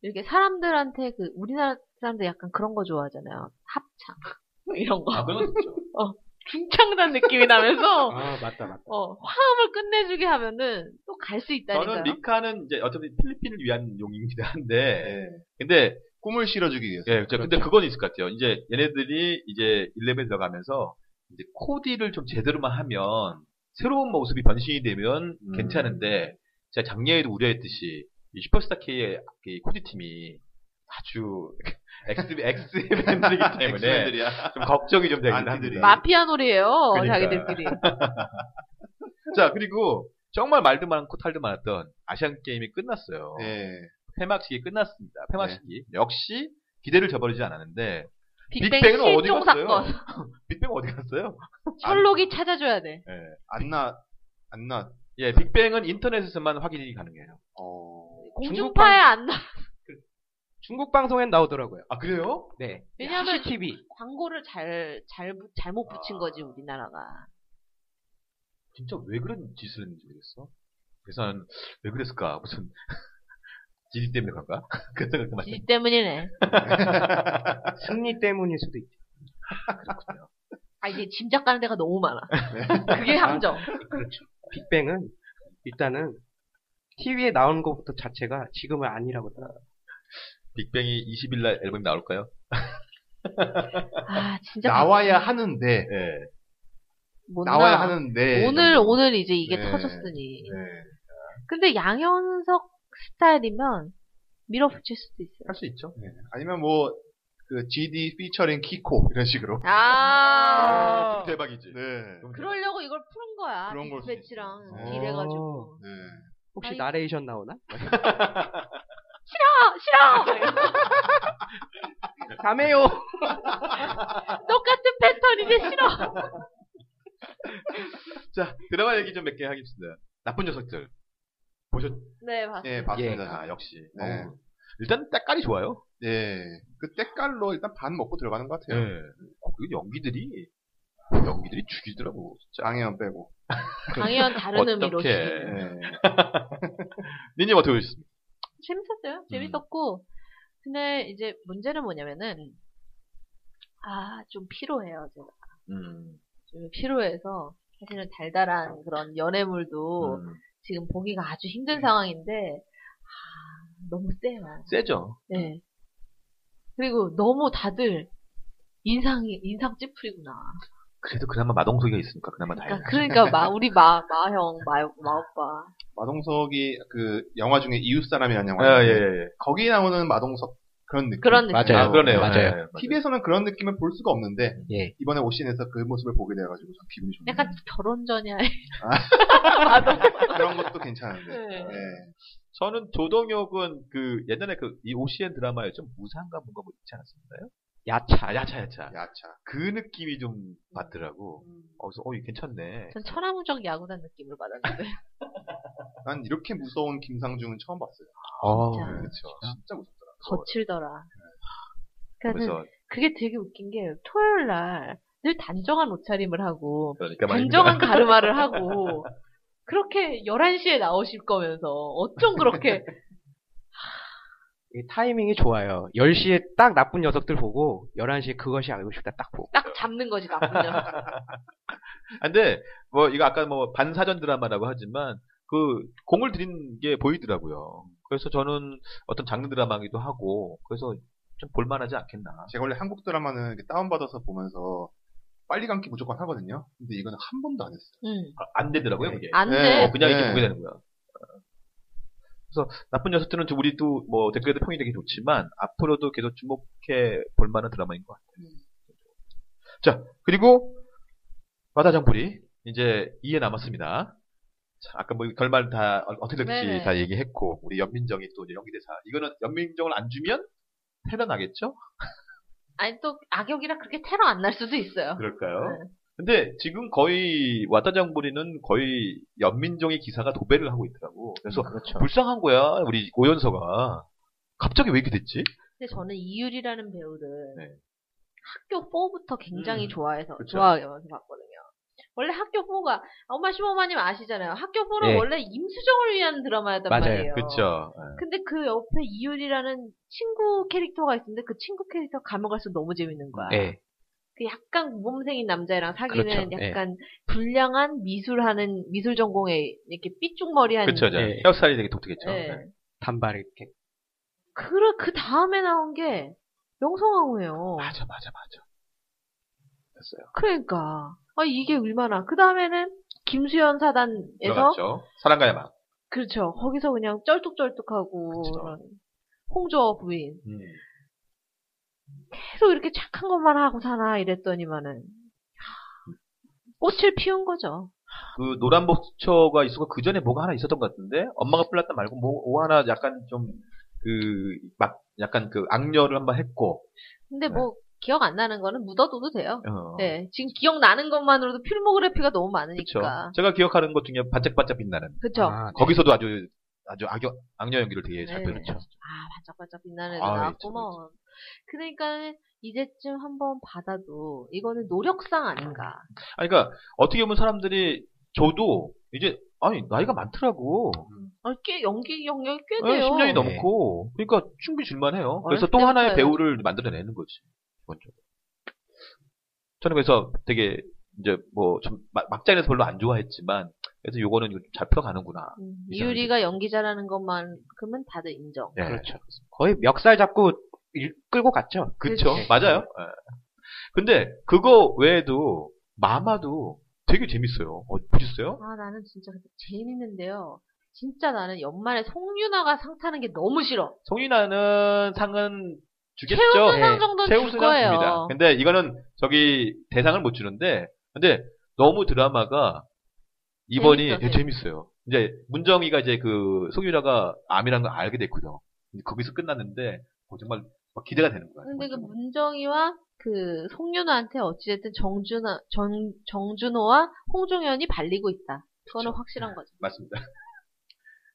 Speaker 2: 이렇게 사람들한테 그 우리나라 사람들 약간 그런 거 좋아하잖아요. 합창 이런 거
Speaker 4: 아, 그런 거 있죠.
Speaker 2: 중창단 느낌이 나면서
Speaker 5: 아 맞다 맞다.
Speaker 2: 어, 화음을 끝내주게 하면은 또 갈 수
Speaker 5: 네,
Speaker 2: 있다니까요.
Speaker 4: 저는 리카는 이제 어차피 필리핀을 위한 용이긴 한데, 근데,
Speaker 3: 꿈을 실어주기 위해서.
Speaker 4: 예, 저
Speaker 3: 그렇죠.
Speaker 4: 근데 그건 있을 것 같아요. 이제 얘네들이 이제 11 들어가면서 이제 코디를 좀 제대로만 하면 새로운 모습이 변신이 되면
Speaker 3: 음.
Speaker 4: 괜찮은데 제가 작년에도 우려했듯이 이 슈퍼스타 K의 코디 팀이 아주 엑스 엑스맨들이기 때문에
Speaker 3: 엑스맨들이야.
Speaker 4: 좀 걱정이 좀 되긴
Speaker 3: 안티들이.
Speaker 4: 합니다.
Speaker 2: 마피아 놀이에요.
Speaker 4: 그러니까.
Speaker 2: 자기들끼리.
Speaker 4: 자 그리고 정말 말도 많고 탈도 많았던 아시안 게임이 끝났어요.
Speaker 3: 예.
Speaker 4: 폐막식이 끝났습니다.
Speaker 3: 네.
Speaker 4: 폐막식이 역시 기대를 저버리지 않았는데
Speaker 2: 빅뱅
Speaker 4: 빅뱅은 어디
Speaker 2: 실종
Speaker 4: 갔어요?
Speaker 2: 사건.
Speaker 4: 빅뱅 어디 갔어요?
Speaker 2: 철록이 찾아줘야 돼.
Speaker 4: 예.
Speaker 3: 안 나, 안 나,
Speaker 4: 예, 빅뱅은 인터넷에서만 확인이 가능해요.
Speaker 3: 어.
Speaker 2: 공중파에 안 나.
Speaker 5: 중국 방송엔 나오더라고요.
Speaker 4: 아, 그래요?
Speaker 5: 네.
Speaker 2: 왜냐면
Speaker 5: TV.
Speaker 2: 광고를 잘, 잘, 잘못
Speaker 4: 아.
Speaker 2: 붙인 거지, 우리나라가.
Speaker 4: 진짜 왜 그런 짓을 했는지 모르겠어. 그래서 나는 왜 그랬을까? 무슨 지리 때문에 그런가? 그 생각도 많이
Speaker 2: 이 때문이네.
Speaker 5: 승리 때문일 수도 있죠.
Speaker 4: 했거든요.
Speaker 2: 아, 이게 짐작 가는 데가 너무 많아.
Speaker 4: 네.
Speaker 2: 그게 함정.
Speaker 5: 그렇죠. 빅뱅은 일단은 TV에 나온 것부터 자체가 지금은 아니라고 생각해요.
Speaker 4: 빅뱅이 20일 날 앨범이 나올까요?
Speaker 2: 아, 진짜.
Speaker 3: 나와야 하는데,
Speaker 4: 예.
Speaker 2: 못
Speaker 3: 나와야
Speaker 2: 나.
Speaker 3: 하는데.
Speaker 2: 오늘, 오늘 이제 이게
Speaker 3: 네.
Speaker 2: 터졌으니.
Speaker 3: 네.
Speaker 2: 근데 양현석 스타일이면 밀어붙일 수도 있어요.
Speaker 4: 할 수 있죠.
Speaker 3: 네. 아니면 뭐, 그, GD 피처링 키코, 이런 식으로.
Speaker 2: 아.
Speaker 4: 그럼 대박이지.
Speaker 3: 네.
Speaker 4: 그럼
Speaker 2: 그러려고 이걸 푸는 거야.
Speaker 3: 그런 걸 수도
Speaker 2: 매치랑
Speaker 3: 있어요.
Speaker 2: 딜해가지고.
Speaker 3: 네.
Speaker 5: 혹시
Speaker 2: 아이.
Speaker 5: 나레이션 나오나?
Speaker 2: 아, 싫어!
Speaker 5: 네. 다메요.
Speaker 2: 똑같은 패턴인데 싫어!
Speaker 4: 자, 드라마 얘기 좀 몇 개 하겠습니다. 나쁜 녀석들. 보셨,
Speaker 2: 네, 봤어요.
Speaker 3: 네,
Speaker 4: 예,
Speaker 3: 봤습니다.
Speaker 4: 아, 역시.
Speaker 3: 네.
Speaker 4: 어우. 일단, 때깔이 좋아요.
Speaker 3: 네. 그 때깔로 일단 반 먹고 들어가는 것
Speaker 4: 예.
Speaker 3: 같아요.
Speaker 4: 어, 그리고 연기들이, 그 연기들이 죽이더라고, 진짜.
Speaker 3: 장혜연 빼고.
Speaker 2: 강연 다른 의미로.
Speaker 4: 어떡해.
Speaker 3: 네.
Speaker 2: 지금.
Speaker 4: 니님 어떻게 보셨습니까?
Speaker 2: 재밌었어요. 재밌었고. 근데 이제 문제는 뭐냐면은, 아, 좀 피로해요, 제가.
Speaker 4: 음.
Speaker 2: 좀 피로해서. 사실은 달달한 그런 연애물도
Speaker 4: 음.
Speaker 2: 지금 보기가 아주 힘든 상황인데, 아, 너무 세요.
Speaker 4: 세죠.
Speaker 2: 네. 그리고 너무 다들 인상이, 인상 찌푸리구나.
Speaker 4: 그래도 그나마 마동석이가 있으니까 그나마 다행이야.
Speaker 2: 그러니까, 그러니까 마, 우리 마, 마형, 마, 마오빠.
Speaker 3: 마동석이 그 영화 중에 이웃사람이라는 영화.
Speaker 4: 아, 예, 예, 예.
Speaker 3: 거기 나오는 마동석 그런 느낌.
Speaker 2: 그런 느낌.
Speaker 5: 맞아요.
Speaker 4: 아, 그러네요.
Speaker 5: 맞아요.
Speaker 4: 예, 예, 맞아요.
Speaker 3: TV에서는 그런 느낌을 볼 수가 없는데
Speaker 5: 예.
Speaker 3: 이번에 오신에서 그 모습을 보게 돼가지고 참 기분이 좋네요.
Speaker 2: 약간 결혼 전이야.
Speaker 3: 그런 것도 괜찮은데.
Speaker 2: 네.
Speaker 3: 네.
Speaker 4: 저는 조동혁은 그 예전에 그 이 OCN 드라마에 좀 무상가 뭔가 뭐 있지 않았었나요?
Speaker 5: 야차.
Speaker 4: 아, 야차, 야차.
Speaker 3: 야차.
Speaker 4: 그 느낌이 좀 받더라고. 어서, 어, 이거 괜찮네.
Speaker 2: 음. 전 천하무적 야구단 느낌을 받았는데.
Speaker 3: 난 이렇게 무서운 김상중은 처음 봤어요.
Speaker 4: 어,
Speaker 2: 진짜.
Speaker 4: 그래서
Speaker 3: 진짜 무섭더라.
Speaker 2: 거칠더라. 그러니까 그게 되게 웃긴 게 토요일 날 늘 단정한 옷차림을 하고
Speaker 4: 그러니까
Speaker 2: 단정한 가르마를 하고 그렇게 11시에 나오실 거면서 어쩜 그렇게
Speaker 5: 이 타이밍이 좋아요. 10시에 딱 나쁜 녀석들 보고 11시에 그것이 알고 싶다 딱 보고.
Speaker 2: 딱 잡는 거지 나쁘냐.
Speaker 4: 아, 근데 뭐 이거 아까 뭐 반사전 드라마라고 하지만 그 공을 들인 게 보이더라고요. 그래서 저는 어떤 장르 드라마기도 하고 그래서 좀 볼만하지 않겠나.
Speaker 3: 제가 원래 한국 드라마는 이렇게 다운받아서 보면서 빨리 감기 무조건 하거든요. 근데 이거는 한 번도 안 했어요.
Speaker 2: 응.
Speaker 4: 아, 안 되더라고요, 그게.
Speaker 2: 음. 안 돼.
Speaker 3: 네.
Speaker 4: 어, 그냥 이렇게
Speaker 3: 네.
Speaker 4: 보게 되는 거야. 어. 그래서 나쁜 녀석들은 좀 우리도 뭐 댓글에도 평이 되게 좋지만 앞으로도 계속 주목해 볼 만한 드라마인 것 같아요. 자, 그리고 마다정불이 이제 2회 남았습니다. 자, 아까 뭐 결말 다 어- 어떻게 될지
Speaker 2: 네네.
Speaker 4: 다 얘기했고 우리 연민정이 또 이제 연기대사 이거는 연민정을 안 주면 테러 나겠죠?
Speaker 2: 아니 또 악역이라 그렇게 테러 안 날 수도 있어요.
Speaker 4: 그럴까요?
Speaker 2: 네.
Speaker 4: 근데 지금 거의 와다정부리는 거의 연민종의 기사가 도배를 하고 있더라고. 음, 그래서
Speaker 5: 그렇죠.
Speaker 4: 불쌍한 거야 우리 오연서가. 갑자기 왜 이렇게 됐지?
Speaker 2: 근데 저는 이유리라는 배우를
Speaker 4: 네.
Speaker 2: 학교 4부터 굉장히
Speaker 4: 음,
Speaker 2: 좋아해서
Speaker 4: 그쵸.
Speaker 2: 좋아하면서 봤거든요. 원래 학교 보가 엄마 시모마님 아시잖아요. 학교 보는
Speaker 5: 예.
Speaker 2: 원래 임수정을 위한 드라마였단
Speaker 5: 맞아요.
Speaker 2: 말이에요.
Speaker 4: 네. 그쵸. 예.
Speaker 2: 근데 그 옆에 이율이라는 친구 캐릭터가 있는데 그 친구 캐릭터 가면 갈수록 너무 재밌는 거야.
Speaker 4: 네.
Speaker 5: 예.
Speaker 2: 그 약간 모범생인 남자애랑 사귀는
Speaker 5: 그렇죠. 예.
Speaker 2: 약간 불량한 미술하는 미술 전공에 이렇게 삐죽머리한
Speaker 4: 그쵸. 저
Speaker 5: 예.
Speaker 4: 헤어스타일이 되게 독특했죠.
Speaker 2: 예.
Speaker 4: 예.
Speaker 5: 단발 이렇게.
Speaker 2: 그, 그 다음에 나온 게 명성황후예요.
Speaker 4: 맞아, 맞아, 맞아. 됐어요.
Speaker 2: 그러니까. 아, 이게 얼마나. 그 다음에는 김수현 사단에서.
Speaker 4: 들어갔죠. 사랑가의 막.
Speaker 2: 그렇죠. 거기서 그냥 쩔뚝쩔뚝하고.
Speaker 4: 그쵸.
Speaker 2: 그런 홍조 부인.
Speaker 4: 음.
Speaker 2: 계속 이렇게 착한 것만 하고 사나 이랬더니만은. 하, 꽃을 피운 거죠.
Speaker 4: 그 노란 복처가 있었고 그 전에 뭐가 하나 있었던 것 같은데 엄마가 플랐다 말고 뭐, 뭐 하나 약간 좀 그 막 약간 그 악녀를 한번 했고
Speaker 2: 근데
Speaker 4: 네.
Speaker 2: 뭐, 기억 안 나는 거는 묻어둬도 돼요.
Speaker 4: 어,
Speaker 2: 네. 지금 기억나는 것만으로도 필모그래피가 너무
Speaker 4: 그쵸.
Speaker 2: 많으니까.
Speaker 4: 제가 기억하는 것 중에 반짝반짝 빛나는
Speaker 2: 그쵸.
Speaker 5: 아,
Speaker 4: 거기서도 아주 아주 악역 악녀 연기를 되게 잘
Speaker 2: 네.
Speaker 4: 보여줬죠.
Speaker 2: 아, 반짝반짝 빛나는 애도
Speaker 4: 아이,
Speaker 2: 나왔구먼. 그러니까 이제쯤 한번 받아도 이거는 노력상 아닌가.
Speaker 4: 아니 그러니까 어떻게 보면 사람들이 저도 이제 아니 나이가 많더라고.
Speaker 2: 아, 꽤 연기 경력이 꽤
Speaker 4: 네,
Speaker 2: 돼요.
Speaker 4: 10년이
Speaker 5: 네.
Speaker 4: 넘고 그러니까 충분히 줄만해요. 그래서
Speaker 2: 어렸을
Speaker 4: 또 하나의
Speaker 2: 때부터요.
Speaker 4: 배우를 만들어내는 거지. 기본적으로. 저는 그래서 되게 이제 뭐좀 막장에서 별로 안 좋아했지만 그래서 요거는 이거 잘 풀어가는구나.
Speaker 2: 음, 이유리가 연기 잘하는 것만큼은 다들 인정.
Speaker 4: 예.
Speaker 5: 그렇죠. 거의 멱살 잡고 일- 끌고 갔죠.
Speaker 4: 그쵸.
Speaker 2: 그치.
Speaker 4: 맞아요. 예. 근데 그거 외에도 마마도 되게 재밌어요. 어, 보셨어요?
Speaker 2: 아, 나는 진짜 근데 재밌는데요. 진짜 나는 연말에 송윤아가 상 타는 게 너무 싫어.
Speaker 4: 송인아는 상은 주겠죠.
Speaker 2: 최우수
Speaker 5: 네.
Speaker 2: 상 정도는 줄
Speaker 4: 최우수상 줍니다.
Speaker 2: 거예요.
Speaker 4: 근데 이거는 저기 대상을 못 주는데, 근데 너무 드라마가 이번이
Speaker 2: 재밌어,
Speaker 4: 되게 재밌어요. 이제 문정이가 이제 그 송유라가 암이라는 걸 알게 됐고요. 근데 거기서 끝났는데 어, 정말 막 기대가 되는 거야.
Speaker 2: 근데 그
Speaker 4: 정말.
Speaker 2: 문정이와 그 송윤아한테 어찌됐든 정준아, 정, 정준호와 홍종현이 발리고 있다. 그거는
Speaker 4: 그쵸. 네.
Speaker 2: 확실한 거죠.
Speaker 4: 맞습니다.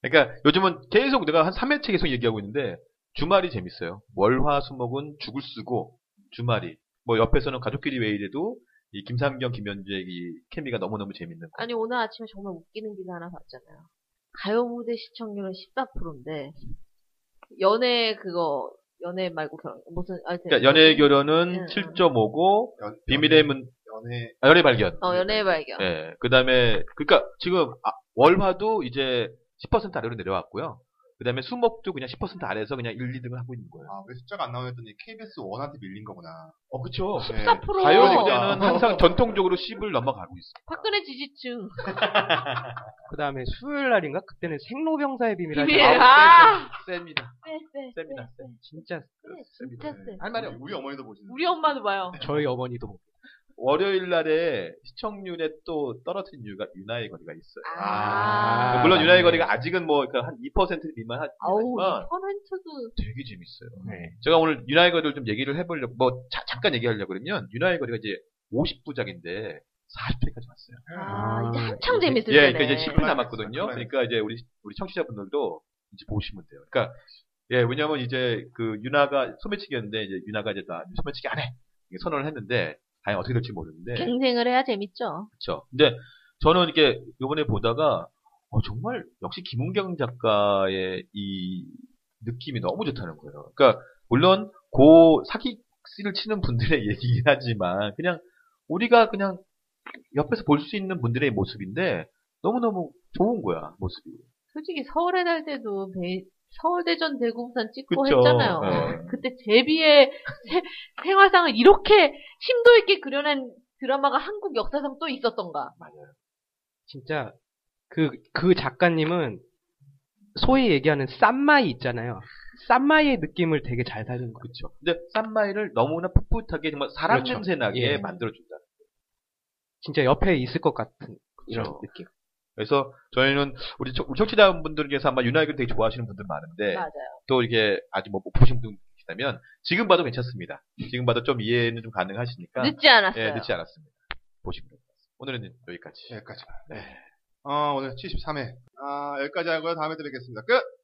Speaker 4: 그러니까 요즘은 계속 내가 한 3회째 계속 얘기하고 있는데 주말이 재밌어요. 월화수목은 죽을 쓰고 주말이 뭐 옆에서는 가족끼리 왜 이래도 이 김상경 김현주의 이 케미가 너무너무 재밌는 거.
Speaker 2: 아니 오늘 아침에 정말 웃기는 기사 하나 봤잖아요. 가요 무대 시청률은 14%인데 연애 그거 연애 말고 결혼 무슨 아
Speaker 4: 그러니까 연애 결혼은
Speaker 2: 음.
Speaker 4: 7.5고
Speaker 3: 연-
Speaker 4: 비밀의 문
Speaker 3: 연애
Speaker 4: 아, 연애 발견.
Speaker 2: 어 연애 발견.
Speaker 4: 예. 그다음에 그러니까 지금 아, 월화도 이제 10% 아래로 내려왔고요. 그다음에 수목도 그냥 10% 아래에서 그냥 1, 2등을 하고 있는 거예요.
Speaker 3: 아왜 숫자가 안 나오냐 했더니 KBS 원한테 밀린 거구나.
Speaker 4: 어, 그렇죠.
Speaker 2: 14%.
Speaker 3: 네.
Speaker 4: 가요
Speaker 3: 그러니까.
Speaker 4: 무대는 아, 항상 전통적으로 10을 넘어가고 있어요.
Speaker 2: 박근혜 지지층.
Speaker 5: 그 다음에 수요일 날인가? 그때는 생로병사의 비밀을
Speaker 4: 예,
Speaker 2: 비밀.
Speaker 5: 하죠.
Speaker 2: 아!
Speaker 4: 셉니다.
Speaker 2: 쎄쎄.
Speaker 4: 셉니다. 셉.
Speaker 5: 진짜
Speaker 2: 진짜 쎄.
Speaker 4: 할 말이 없
Speaker 3: 우리 어머니도 보시는.
Speaker 2: 네. 우리 엄마도 봐요.
Speaker 5: 저희 어머니도 보고.
Speaker 4: 네. 월요일 날에 시청률에 또 떨어진 이유가 유나의 거리가 있어요.
Speaker 2: 아.
Speaker 5: 아,
Speaker 4: 물론 유나의
Speaker 5: 맞네.
Speaker 4: 거리가 아직은 뭐 한 2% 미만
Speaker 2: 아우
Speaker 4: 하지만
Speaker 2: 퍼센트도
Speaker 4: 되게 재밌어요.
Speaker 5: 네.
Speaker 4: 제가 오늘 유나의 거리를 좀 얘기를 해보려고, 뭐, 자- 잠깐 얘기하려고 그러면, 유나의 거리가 이제 50부작인데, 40회까지 왔어요.
Speaker 2: 아, 이제
Speaker 5: 아,
Speaker 2: 한창
Speaker 5: 이제-
Speaker 2: 재밌을
Speaker 4: 예,
Speaker 2: 때네.
Speaker 4: 그러니까 이제 10분 남았거든요.
Speaker 3: 그러네.
Speaker 4: 그러니까 이제 우리, 우리 청취자분들도 이제 보시면 돼요. 그러니까, 예, 왜냐면 하 이제 그 유나가 소매치기였는데, 이제 유나가 이제 나 소매치기 안 해! 이렇게 선언을 했는데, 과연 어떻게 될지 모르는데,
Speaker 2: 갱생을 해야 재밌죠.
Speaker 4: 그렇죠. 근데 저는 이렇게 요번에 보다가 어, 정말 역시 김은경 작가의 이 느낌이 너무 좋다는 거예요. 그러니까 물론 고 사기를 치는 분들의 얘기긴 하지만 그냥 우리가 그냥 옆에서 볼 수 있는 분들의 모습인데 너무너무 좋은 거야 모습이.
Speaker 2: 솔직히 서울에 날 때도 배- 서울대전 대구부산 찍고
Speaker 4: 그쵸.
Speaker 2: 어, 했잖아요.
Speaker 4: 네.
Speaker 2: 그때 제비의 세- 생활상을 이렇게 심도 있게 그려낸 드라마가 한국 역사상 또 있었던가.
Speaker 5: 진짜 그, 그 작가님은 소위 얘기하는 쌈마이 있잖아요. 쌈마이의 느낌을 되게 잘 살린 거예요.
Speaker 4: 그렇죠. 근데 쌈마이를 너무나 풋풋하게 정말 사람
Speaker 5: 그렇죠.
Speaker 4: 냄새 나게
Speaker 5: 예.
Speaker 4: 만들어준다.
Speaker 5: 진짜 옆에 있을 것 같은 이런
Speaker 4: 그렇죠.
Speaker 5: 느낌.
Speaker 4: 그래서 저희는 우리 청- 우리 청취자분들께서 아마 유나이를 되게 좋아하시는 분들 많은데
Speaker 2: 맞아요.
Speaker 4: 또 이렇게 아직 뭐 보신 분 계시다면 지금 봐도 괜찮습니다. 지금 봐도 좀 이해는 좀 가능하시니까
Speaker 2: 늦지 않았어요.
Speaker 4: 예, 늦지 않았습니다. 보시면 됩니다. 오늘은 여기까지.
Speaker 3: 여기까지. 네. 어, 오늘 73회. 아, 여기까지 하고요. 다음에 또 뵙겠습니다. 끝!